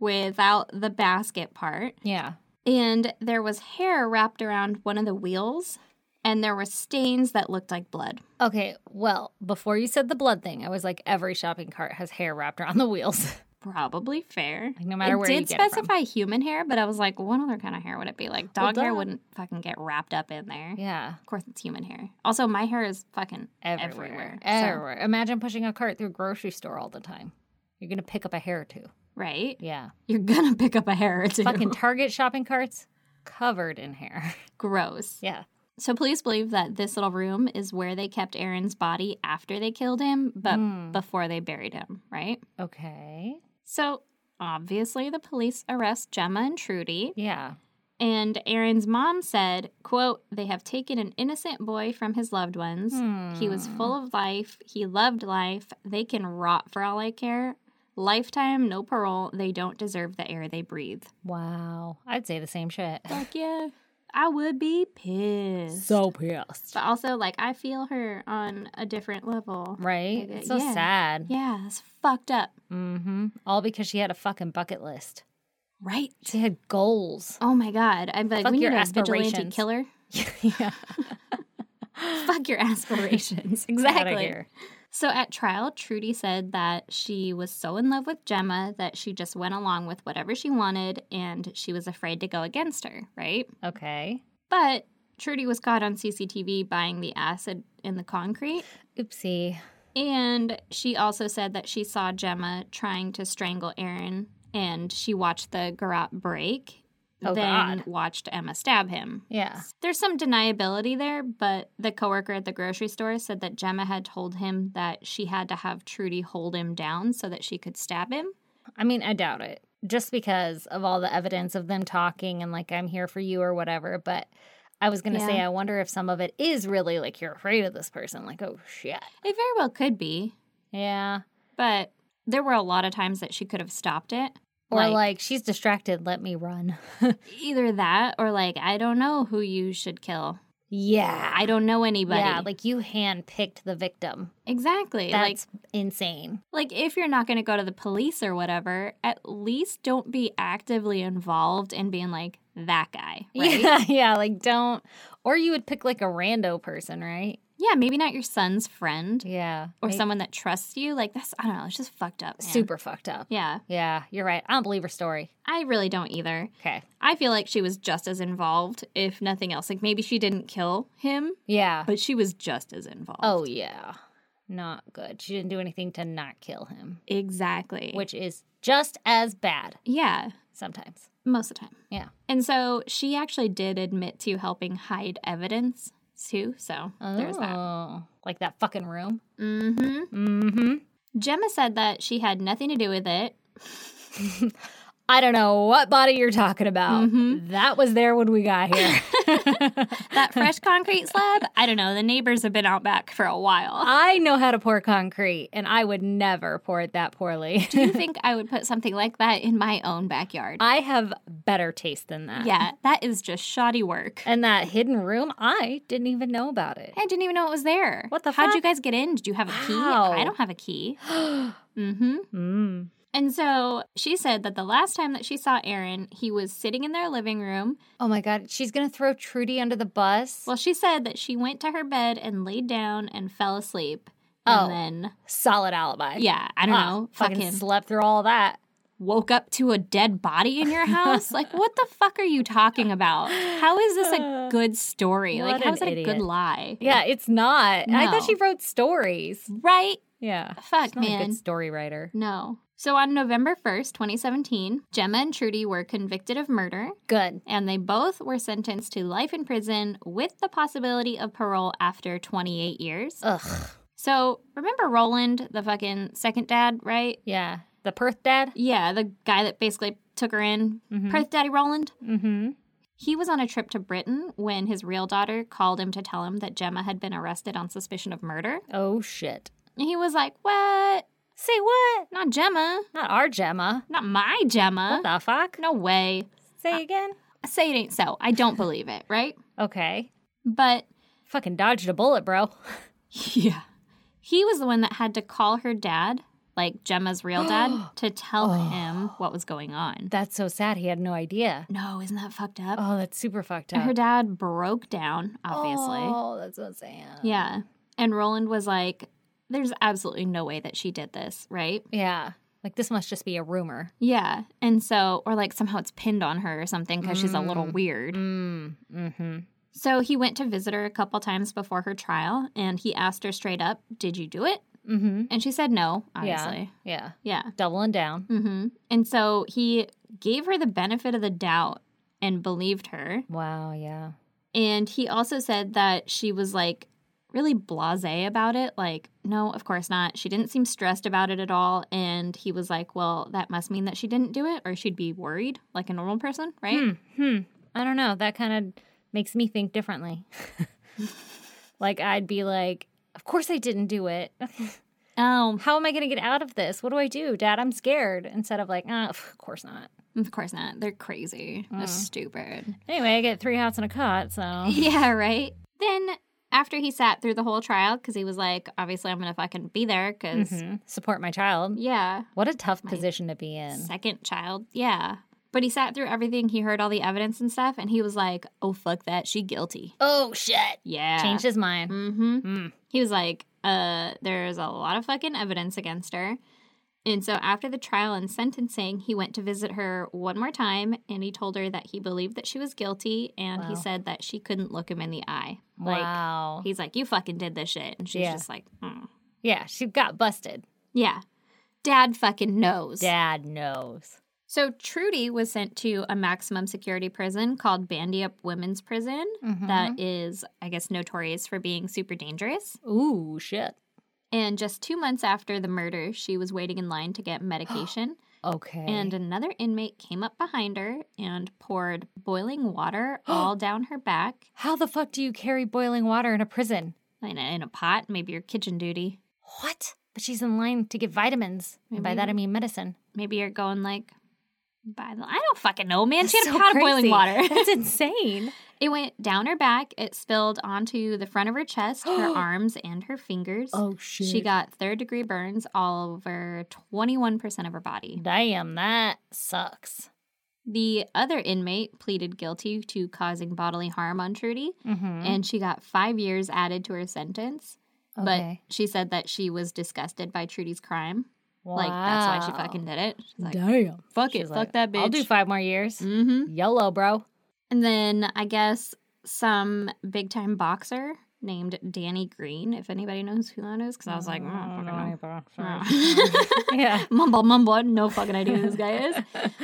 Speaker 1: without the basket part.
Speaker 2: Yeah.
Speaker 1: And there was hair wrapped around one of the wheels, and there were stains that looked like blood.
Speaker 2: Okay. Well, before you said the blood thing, I was like, every shopping cart has hair wrapped around the wheels.
Speaker 1: Probably fair.
Speaker 2: Like, no matter
Speaker 1: it
Speaker 2: where
Speaker 1: did
Speaker 2: you get it from.
Speaker 1: specify human hair, but I was like, what other kind of hair would it be? Like, dog hair
Speaker 2: duh.
Speaker 1: wouldn't fucking get wrapped up in there.
Speaker 2: yeah.
Speaker 1: Of course, it's human hair. Also, my hair is fucking everywhere.
Speaker 2: Everywhere. Everywhere.
Speaker 1: So,
Speaker 2: Imagine pushing a cart through a grocery store all the time. You're going to pick up a hair or two.
Speaker 1: right?
Speaker 2: Yeah.
Speaker 1: You're gonna pick up a hair or two.
Speaker 2: Fucking Target shopping carts covered in hair.
Speaker 1: gross.
Speaker 2: Yeah.
Speaker 1: So police believe that this little room is where they kept Aaron's body after they killed him, but
Speaker 2: Hmm.
Speaker 1: before they buried him, right?
Speaker 2: Okay.
Speaker 1: So obviously the police arrest Gemma and Trudy,
Speaker 2: Yeah.
Speaker 1: and Aaron's mom said, quote, they have taken an innocent boy from his loved ones. He was
Speaker 2: Hmm.
Speaker 1: full of life, he loved life, they can rot for all I care. Lifetime, no parole, they don't deserve the air they breathe.
Speaker 2: Wow. I'd say the same shit.
Speaker 1: Fuck yeah. I would be pissed.
Speaker 2: pissed.
Speaker 1: But also, like, I feel her on a different level.
Speaker 2: Right?
Speaker 1: Like,
Speaker 2: It's so
Speaker 1: yeah.
Speaker 2: sad.
Speaker 1: Yeah, that's fucked up.
Speaker 2: Mm-hmm. All because she had a fucking bucket list.
Speaker 1: Right.
Speaker 2: She had goals.
Speaker 1: Oh my god. I'm like,
Speaker 2: Fuck
Speaker 1: we
Speaker 2: your
Speaker 1: need a vigilante
Speaker 2: aspirations.
Speaker 1: killer.
Speaker 2: yeah.
Speaker 1: Fuck your aspirations.
Speaker 2: Outta
Speaker 1: exactly.
Speaker 2: here.
Speaker 1: So at trial, Trudy said that she was so in love with Gemma that she just went along with whatever she wanted and she was afraid to go against her, right?
Speaker 2: Okay.
Speaker 1: But Trudy was caught on CCTV buying the acid in the concrete.
Speaker 2: Oopsie.
Speaker 1: And she also said that she saw Gemma trying to strangle Aaron and she watched the garrote break,
Speaker 2: Oh,
Speaker 1: then
Speaker 2: God.
Speaker 1: watched Emma stab him.
Speaker 2: Yeah.
Speaker 1: There's some deniability there, but the coworker at the grocery store said that Gemma had told him that she had to have Trudy hold him down so that she could stab him.
Speaker 2: I mean, I doubt it. Just because of all the evidence of them talking and like I'm here for you or whatever, but I was going to say,
Speaker 1: Yeah.
Speaker 2: I wonder if some of it is really like you're afraid of this person. Like, oh shit.
Speaker 1: It very well could be,
Speaker 2: Yeah.
Speaker 1: but there were a lot of times that she could have stopped it.
Speaker 2: Or like, she's distracted, let me run.
Speaker 1: either that or like, I don't know who you should kill.
Speaker 2: yeah.
Speaker 1: I don't know anybody.
Speaker 2: Yeah, like you handpicked the victim.
Speaker 1: exactly. like
Speaker 2: That's insane.
Speaker 1: Like, if you're not going to go to the police or whatever, at least don't be actively involved in being like that guy, right? Yeah,
Speaker 2: Yeah, yeah, like don't or you would pick like a rando person, right?
Speaker 1: maybe not your son's friend
Speaker 2: Yeah.
Speaker 1: or
Speaker 2: Make-
Speaker 1: someone that trusts you. Like, that's, I don't know, it's just fucked up. man.
Speaker 2: super fucked up.
Speaker 1: Yeah,
Speaker 2: Yeah, you're right. I don't believe her story.
Speaker 1: I really don't either.
Speaker 2: Okay.
Speaker 1: I feel like she was just as involved, if nothing else. Like, maybe she didn't kill him,
Speaker 2: Yeah.
Speaker 1: but she was just as involved.
Speaker 2: Oh yeah. Not good. She didn't do anything to not kill him,
Speaker 1: exactly.
Speaker 2: which is just as bad
Speaker 1: yeah,
Speaker 2: sometimes.
Speaker 1: most of the time.
Speaker 2: Yeah.
Speaker 1: And so she actually did admit to helping hide evidence, too. So there's that.
Speaker 2: Oh, Like that fucking room.
Speaker 1: Mm-hmm.
Speaker 2: Mm-hmm.
Speaker 1: Gemma said that she had nothing to do with it.
Speaker 2: I don't know what body you're talking about.
Speaker 1: Mhm.
Speaker 2: That was there when we got here.
Speaker 1: That fresh concrete slab, I don't know. The neighbors have been out back for a while.
Speaker 2: I know how to pour concrete, and I would never pour it that poorly.
Speaker 1: Do you think I would put something like that in my own backyard?
Speaker 2: I have better taste than that.
Speaker 1: yeah, that is just shoddy work.
Speaker 2: And that hidden room, I didn't even know about it.
Speaker 1: I didn't even know it was there.
Speaker 2: What the
Speaker 1: How'd you
Speaker 2: fuck?
Speaker 1: guys get in? Did you have a key?
Speaker 2: Wow.
Speaker 1: I don't have a key. mm-hmm.
Speaker 2: mm.
Speaker 1: And so she said that the last time that she saw Aaron, he was sitting in their living room.
Speaker 2: Oh my God. She's going to throw Trudy under the bus.
Speaker 1: Well, she said that she went to her bed and laid down and fell asleep.
Speaker 2: Oh.
Speaker 1: And then,
Speaker 2: Solid alibi.
Speaker 1: yeah, I don't
Speaker 2: Ah,
Speaker 1: know.
Speaker 2: Fucking slept through all that.
Speaker 1: woke up to a dead body in your house? like, what the fuck are you talking about? How is this a good story?
Speaker 2: What
Speaker 1: like, how
Speaker 2: an
Speaker 1: is that a
Speaker 2: idiot.
Speaker 1: good lie?
Speaker 2: Yeah, it's not. I thought
Speaker 1: No.
Speaker 2: she wrote stories.
Speaker 1: Right?
Speaker 2: Yeah.
Speaker 1: Fuck,
Speaker 2: She's not a
Speaker 1: man.
Speaker 2: good story writer.
Speaker 1: No. So on November 1st, 2017, Gemma and Trudy were convicted of murder,
Speaker 2: Good.
Speaker 1: and they both were sentenced to life in prison with the possibility of parole after 28 years.
Speaker 2: Ugh.
Speaker 1: So remember Roland, the fucking second dad, right?
Speaker 2: Yeah. The Perth dad? Mm-hmm.
Speaker 1: Yeah, the guy that basically took her in. Perth Daddy Roland?
Speaker 2: Mm hmm.
Speaker 1: He was on a trip to Britain when his real daughter called him to tell him that Gemma had been arrested on suspicion of murder.
Speaker 2: Oh, shit.
Speaker 1: And he was like, What?
Speaker 2: Say what?
Speaker 1: Not Gemma.
Speaker 2: Not our Gemma.
Speaker 1: Not my Gemma.
Speaker 2: What the fuck?
Speaker 1: No way.
Speaker 2: Say again?
Speaker 1: I Say it ain't so. I don't believe it, right?
Speaker 2: Okay.
Speaker 1: But
Speaker 2: Fucking dodged a bullet, bro.
Speaker 1: yeah, he was the one that had to call her dad, like Gemma's real dad, to tell him what was going on.
Speaker 2: That's so sad. He had no idea.
Speaker 1: No, isn't that fucked up?
Speaker 2: Oh, that's super fucked up.
Speaker 1: And her dad broke down, obviously.
Speaker 2: Oh, that's so sad.
Speaker 1: Yeah. And Roland was like, There's absolutely no way that she did this, right?
Speaker 2: Yeah. Like this must just be a rumor.
Speaker 1: Yeah. And so, or like somehow it's pinned on her or something because she's a little weird.
Speaker 2: Mm. Mm-hmm.
Speaker 1: So he went to visit her a couple times before her trial and he asked her straight up, Did you do it?
Speaker 2: Mm-hmm.
Speaker 1: And she said no, obviously.
Speaker 2: Yeah.
Speaker 1: Yeah.
Speaker 2: Doubling down.
Speaker 1: hmm And so he gave her the benefit of the doubt and believed her.
Speaker 2: Wow, yeah.
Speaker 1: And he also said that she was like really blase about it. Like, no, of course not. She didn't seem stressed about it at all. And he was like, well, that must mean that she didn't do it or she'd be worried like a normal person, right?
Speaker 2: Hmm. Hmm. I don't know. That kind of makes me think differently. like I'd be like, of course I didn't do it.
Speaker 1: Oh,
Speaker 2: How am I going to get out of this? What do I do, Dad? I'm scared. Instead of like, ah, of course not.
Speaker 1: of course not. They're crazy. They're stupid.
Speaker 2: Anyway, I get three hots and a cot, so
Speaker 1: yeah, right? Then after he sat through the whole trial, because he was like, obviously I'm going to fucking be there because,
Speaker 2: Mhm. support my child.
Speaker 1: yeah,
Speaker 2: What a tough position to be in.
Speaker 1: second child. Yeah. But he sat through everything. He heard all the evidence and stuff. And he was like, oh, fuck that. She guilty.
Speaker 2: Oh shit.
Speaker 1: Yeah.
Speaker 2: Changed his mind.
Speaker 1: Mm-hmm.
Speaker 2: Mm.
Speaker 1: He was like, uh, there's a lot of fucking evidence against her. And so after the trial and sentencing, he went to visit her one more time and he told her that he believed that she was guilty and
Speaker 2: Wow.
Speaker 1: he said that she couldn't look him in the eye. Like
Speaker 2: wow.
Speaker 1: he's like, You fucking did this shit. And she's
Speaker 2: Yeah.
Speaker 1: just like, mm.
Speaker 2: yeah, she got busted.
Speaker 1: Yeah. Dad fucking knows.
Speaker 2: Dad knows.
Speaker 1: So Trudy was sent to a maximum security prison called Bandy Up Women's Prison
Speaker 2: Mm-hmm.
Speaker 1: that is, I guess, notorious for being super dangerous.
Speaker 2: Ooh, shit.
Speaker 1: And just two months after the murder, she was waiting in line to get medication.
Speaker 2: Okay.
Speaker 1: And another inmate came up behind her and poured boiling water all down her back
Speaker 2: how the fuck do you carry boiling water in a prison?
Speaker 1: in a, in a pot, maybe your kitchen duty.
Speaker 2: What? But she's in line to get vitamins. And by that I mean medicine.
Speaker 1: Maybe you're going like, by the, I don't fucking know, man. She
Speaker 2: That's
Speaker 1: had a
Speaker 2: so
Speaker 1: pot of boiling
Speaker 2: crazy.
Speaker 1: water.
Speaker 2: That's insane.
Speaker 1: It went down her back. It spilled onto the front of her chest, her arms, and her fingers.
Speaker 2: Oh shit.
Speaker 1: She got third degree burns all over 21% of her body.
Speaker 2: Damn, that sucks.
Speaker 1: The other inmate pleaded guilty to causing bodily harm on Trudy,
Speaker 2: Mm-hmm.
Speaker 1: and she got five years added to her sentence.
Speaker 2: Okay.
Speaker 1: But she said that she was disgusted by Trudy's crime. Like, that's why she
Speaker 2: Wow.
Speaker 1: fucking did it. She's like,
Speaker 2: Damn.
Speaker 1: fuck
Speaker 2: She's
Speaker 1: it,
Speaker 2: like,
Speaker 1: fuck that bitch.
Speaker 2: I'll do five more years.
Speaker 1: mm-hmm.
Speaker 2: YOLO, bro.
Speaker 1: And then I guess some big time boxer named Danny Green, if anybody knows who that is, because I was like, "Mm, I don't fucking know."
Speaker 2: Mm-hmm.
Speaker 1: No.
Speaker 2: yeah.
Speaker 1: mumble, mumble, I had no fucking idea who this guy is.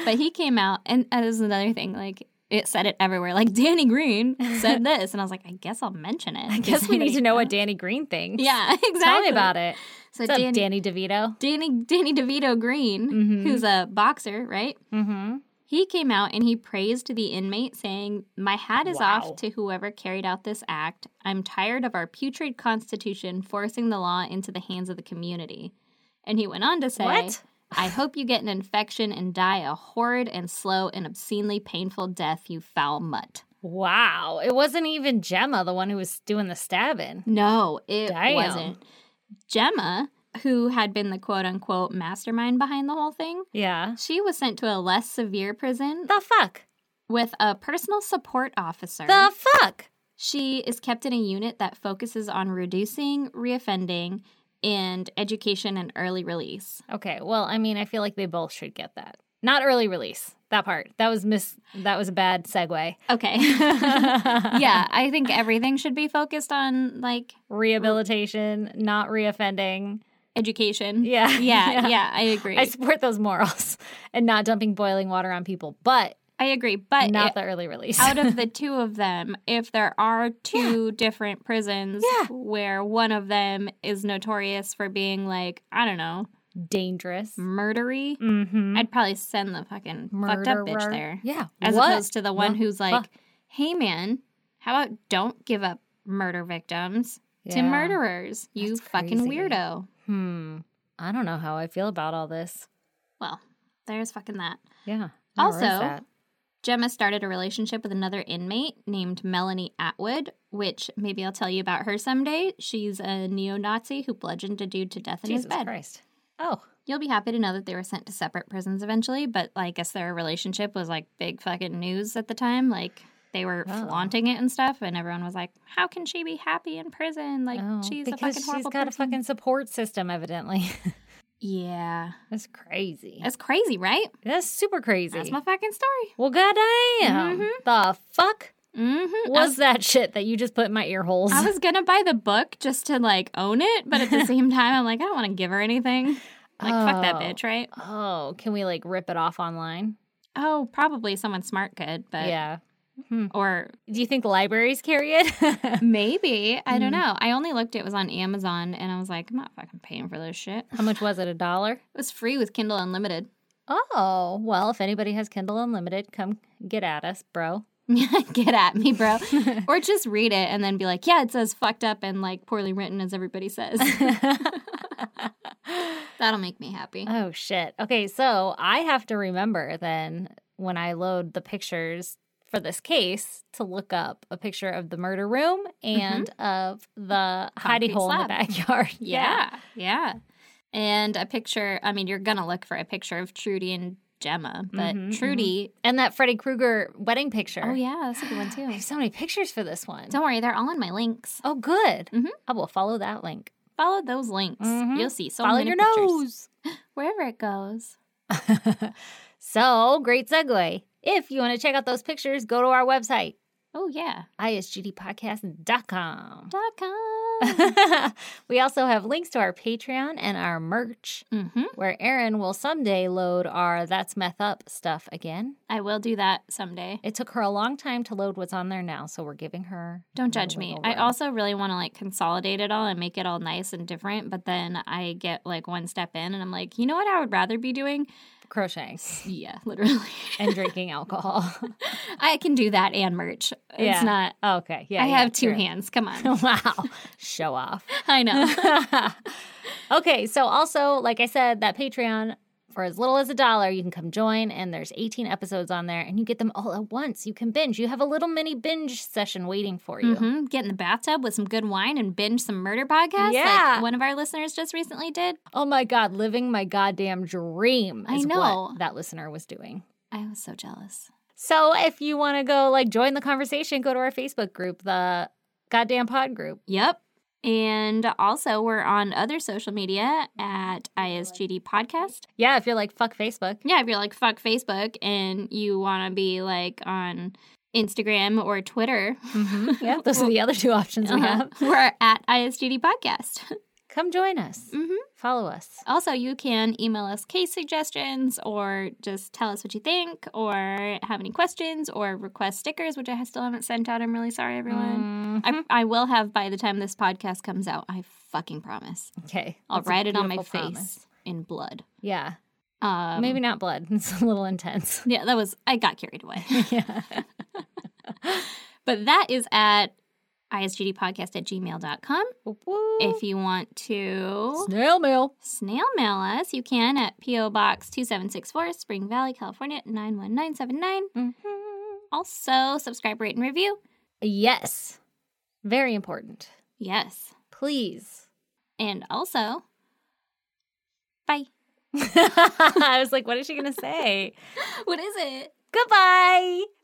Speaker 1: But he came out, and that is another thing. Like, it said it everywhere. Like, Danny Green said this. And I was like, I guess I'll mention it.
Speaker 2: I guess we need to know what Danny Green thinks.
Speaker 1: Yeah, exactly.
Speaker 2: Tell me about it.
Speaker 1: So,
Speaker 2: What's
Speaker 1: Danny,
Speaker 2: up, Danny DeVito?
Speaker 1: Danny, Danny DeVito Green,
Speaker 2: Mhm.
Speaker 1: who's a boxer, right?
Speaker 2: Mm-hmm.
Speaker 1: He came out and he praised the inmate, saying, My hat is
Speaker 2: Wow.
Speaker 1: off to whoever carried out this act. I'm tired of our putrid constitution forcing the law into the hands of the community. And he went on to say,
Speaker 2: What?
Speaker 1: I hope you get an infection and die a horrid and slow and obscenely painful death, you foul mutt.
Speaker 2: Wow. It wasn't even Gemma, the one who was doing the stabbing.
Speaker 1: No, it
Speaker 2: Damn.
Speaker 1: wasn't. Gemma, who had been the quote unquote mastermind behind the whole thing,
Speaker 2: Yeah.
Speaker 1: she was sent to a less severe prison
Speaker 2: The fuck?
Speaker 1: with a personal support officer.
Speaker 2: The fuck?
Speaker 1: She is kept in a unit that focuses on reducing reoffending and education and early release.
Speaker 2: Okay. Well, I mean, I feel like they both should get that. Not early release. That part. That was miss. That was a bad segue.
Speaker 1: Okay.
Speaker 2: yeah.
Speaker 1: yeah, I think everything should be focused on like
Speaker 2: Rehabilitation, not reoffending.
Speaker 1: education.
Speaker 2: Yeah.
Speaker 1: Yeah, yeah, I agree.
Speaker 2: I
Speaker 1: I,
Speaker 2: support those morals and not dumping boiling water on people, but
Speaker 1: agree. But
Speaker 2: not
Speaker 1: it-
Speaker 2: the early release.
Speaker 1: out of the two of them, if there are two different prisons
Speaker 2: Yeah.
Speaker 1: where one of them is notorious for being like, I don't know,
Speaker 2: Dangerous.
Speaker 1: murdery,
Speaker 2: Mm-hmm.
Speaker 1: Mm. I'd probably send the fucking fucked up bitch there.
Speaker 2: Yeah.
Speaker 1: as
Speaker 2: What?
Speaker 1: opposed to the one
Speaker 2: the
Speaker 1: who's like,
Speaker 2: fuck?
Speaker 1: "Hey, man, how about don't give up murder victims to
Speaker 2: Yeah.
Speaker 1: murderers? You
Speaker 2: That's
Speaker 1: fucking
Speaker 2: crazy.
Speaker 1: weirdo."
Speaker 2: Hmm. I don't know how I feel about all this.
Speaker 1: Well, there's fucking that.
Speaker 2: Yeah. I don't
Speaker 1: Also-
Speaker 2: like that.
Speaker 1: Gemma started a relationship with another inmate named Melanie Atwood, which maybe I'll tell you about her someday. She's a neo-Nazi who bludgeoned a dude to death in
Speaker 2: Jesus
Speaker 1: his bed.
Speaker 2: Christ. Oh,
Speaker 1: You'll be happy to know that they were sent to separate prisons eventually, but I guess their relationship was like big fucking news at the time. Like they were
Speaker 2: Oh.
Speaker 1: flaunting it and stuff, and everyone was like, "How can she be happy in prison? Like
Speaker 2: oh,
Speaker 1: she's a
Speaker 2: because
Speaker 1: fucking
Speaker 2: she's
Speaker 1: horrible
Speaker 2: got a
Speaker 1: person."
Speaker 2: fucking support system, evidently.
Speaker 1: yeah,
Speaker 2: That's crazy.
Speaker 1: that's
Speaker 2: That's,
Speaker 1: crazy, right?
Speaker 2: super crazy.
Speaker 1: That's my Mm-hmm. fucking story.
Speaker 2: well, goddamn. The fuck
Speaker 1: Mm-hmm.
Speaker 2: was that shit that you just put in my ear holes?
Speaker 1: I was gonna buy the book just to like own it, but at the same time, I'm like, I don't want to give her anything. Like, fuck that
Speaker 2: Oh.
Speaker 1: bitch, right?
Speaker 2: oh, can we like rip it off online?
Speaker 1: Oh, probably someone smart could, but
Speaker 2: yeah.
Speaker 1: or
Speaker 2: Do you think libraries carry it?
Speaker 1: Maybe. I
Speaker 2: Mm.
Speaker 1: don't know. I only looked, it was on Amazon, and I was like, I'm not fucking paying for this shit. It
Speaker 2: How much was it? A dollar?
Speaker 1: was free with Kindle Unlimited.
Speaker 2: Oh, well, if anybody has Kindle Unlimited, come get at us, bro.
Speaker 1: Get at me, bro. or just read it and then be like, yeah, it's as fucked up and like poorly written as everybody says. That'll make me happy.
Speaker 2: Oh, shit. Okay, so I have to remember then when I load the pictures for this case to look up a picture of the murder room and of the hidey
Speaker 1: Mm-hmm. Concrete
Speaker 2: hole in the
Speaker 1: slab.
Speaker 2: backyard.
Speaker 1: yeah. Yeah. And a picture, I mean, you're going to look for a picture of Trudy and Gemma, but
Speaker 2: Mhm,
Speaker 1: Trudy.
Speaker 2: And that Freddy Krueger wedding picture.
Speaker 1: Oh, yeah, that's a good one
Speaker 2: I
Speaker 1: too.
Speaker 2: have so many pictures for this one.
Speaker 1: Don't worry, they're all in my links.
Speaker 2: Oh, good.
Speaker 1: Mhm.
Speaker 2: I will follow that link.
Speaker 1: Follow those links.
Speaker 2: Mhm.
Speaker 1: You'll see so
Speaker 2: follow
Speaker 1: many
Speaker 2: your
Speaker 1: pictures.
Speaker 2: nose.
Speaker 1: Wherever it goes.
Speaker 2: so, great segue. If you want to check out those pictures, go to our website,
Speaker 1: Oh, yeah.
Speaker 2: isgdpodcast.com.
Speaker 1: Dot com.
Speaker 2: we also have links to our Patreon and our merch,
Speaker 1: Mm-hmm.
Speaker 2: where Erin will someday load our That's Meth Up stuff again.
Speaker 1: I will do that someday.
Speaker 2: It took her a long time to load what's on there now, so we're giving her.
Speaker 1: Don't
Speaker 2: a little
Speaker 1: judge me.
Speaker 2: wiggle
Speaker 1: I
Speaker 2: room.
Speaker 1: also really want to like consolidate it all and make it all nice and different, but then I get like one step in and I'm like, you know what I would rather be doing?
Speaker 2: crocheting
Speaker 1: Yeah, literally.
Speaker 2: and drinking alcohol.
Speaker 1: I can do that and merch. It's
Speaker 2: Yeah.
Speaker 1: not.
Speaker 2: okay. Yeah.
Speaker 1: I
Speaker 2: yeah,
Speaker 1: have two
Speaker 2: true.
Speaker 1: hands. Come on.
Speaker 2: wow. Show off.
Speaker 1: I know.
Speaker 2: okay, so also, like I said, that Patreon for as little as a dollar, you can come join, and there's 18 episodes on there, and you get them all at once. You can binge. You have a little mini binge session waiting for you.
Speaker 1: hmm Get in the bathtub with some good wine and binge some murder podcasts.
Speaker 2: Yeah.
Speaker 1: Like one of our listeners just recently did.
Speaker 2: Oh my God, living my goddamn dream
Speaker 1: I
Speaker 2: is
Speaker 1: know.
Speaker 2: what that listener was doing.
Speaker 1: I was so jealous.
Speaker 2: So if you want to go like join the conversation, go to our Facebook group, the goddamn pod group.
Speaker 1: Yep. And also, we're on other social media at ISGD Podcast.
Speaker 2: Yeah, if you're like fuck Facebook.
Speaker 1: Yeah, if you're like, fuck Facebook and you want to be like on Instagram or Twitter,
Speaker 2: Yeah, those are the other two options we
Speaker 1: Mm-hmm. uh-huh,
Speaker 2: have.
Speaker 1: we're at ISGD Podcast.
Speaker 2: Come join us.
Speaker 1: Mhm.
Speaker 2: Follow us.
Speaker 1: Also, you can email us case suggestions or just tell us what you think or have any questions or request stickers, which I still haven't sent out. I'm really sorry, everyone.
Speaker 2: Mm.
Speaker 1: I, I will have by the time this podcast comes out. I fucking promise.
Speaker 2: Okay.
Speaker 1: I'll
Speaker 2: That's a
Speaker 1: write it on my
Speaker 2: beautiful
Speaker 1: face
Speaker 2: promise.
Speaker 1: in blood.
Speaker 2: Yeah.
Speaker 1: Um,
Speaker 2: Maybe not blood. It's a little intense.
Speaker 1: Yeah, that was, I got carried away.
Speaker 2: Yeah.
Speaker 1: but that is at isgdpodcast at gmail.com. If you want to
Speaker 2: Snail mail.
Speaker 1: snail mail us, you can at P.O. Box 2764, Spring Valley, California 91979. Mm-hmm. Also, subscribe, rate, and review.
Speaker 2: Yes. Very important.
Speaker 1: Yes.
Speaker 2: Please.
Speaker 1: And also, bye.
Speaker 2: I was like, what is she going to say?
Speaker 1: What is it?
Speaker 2: Goodbye.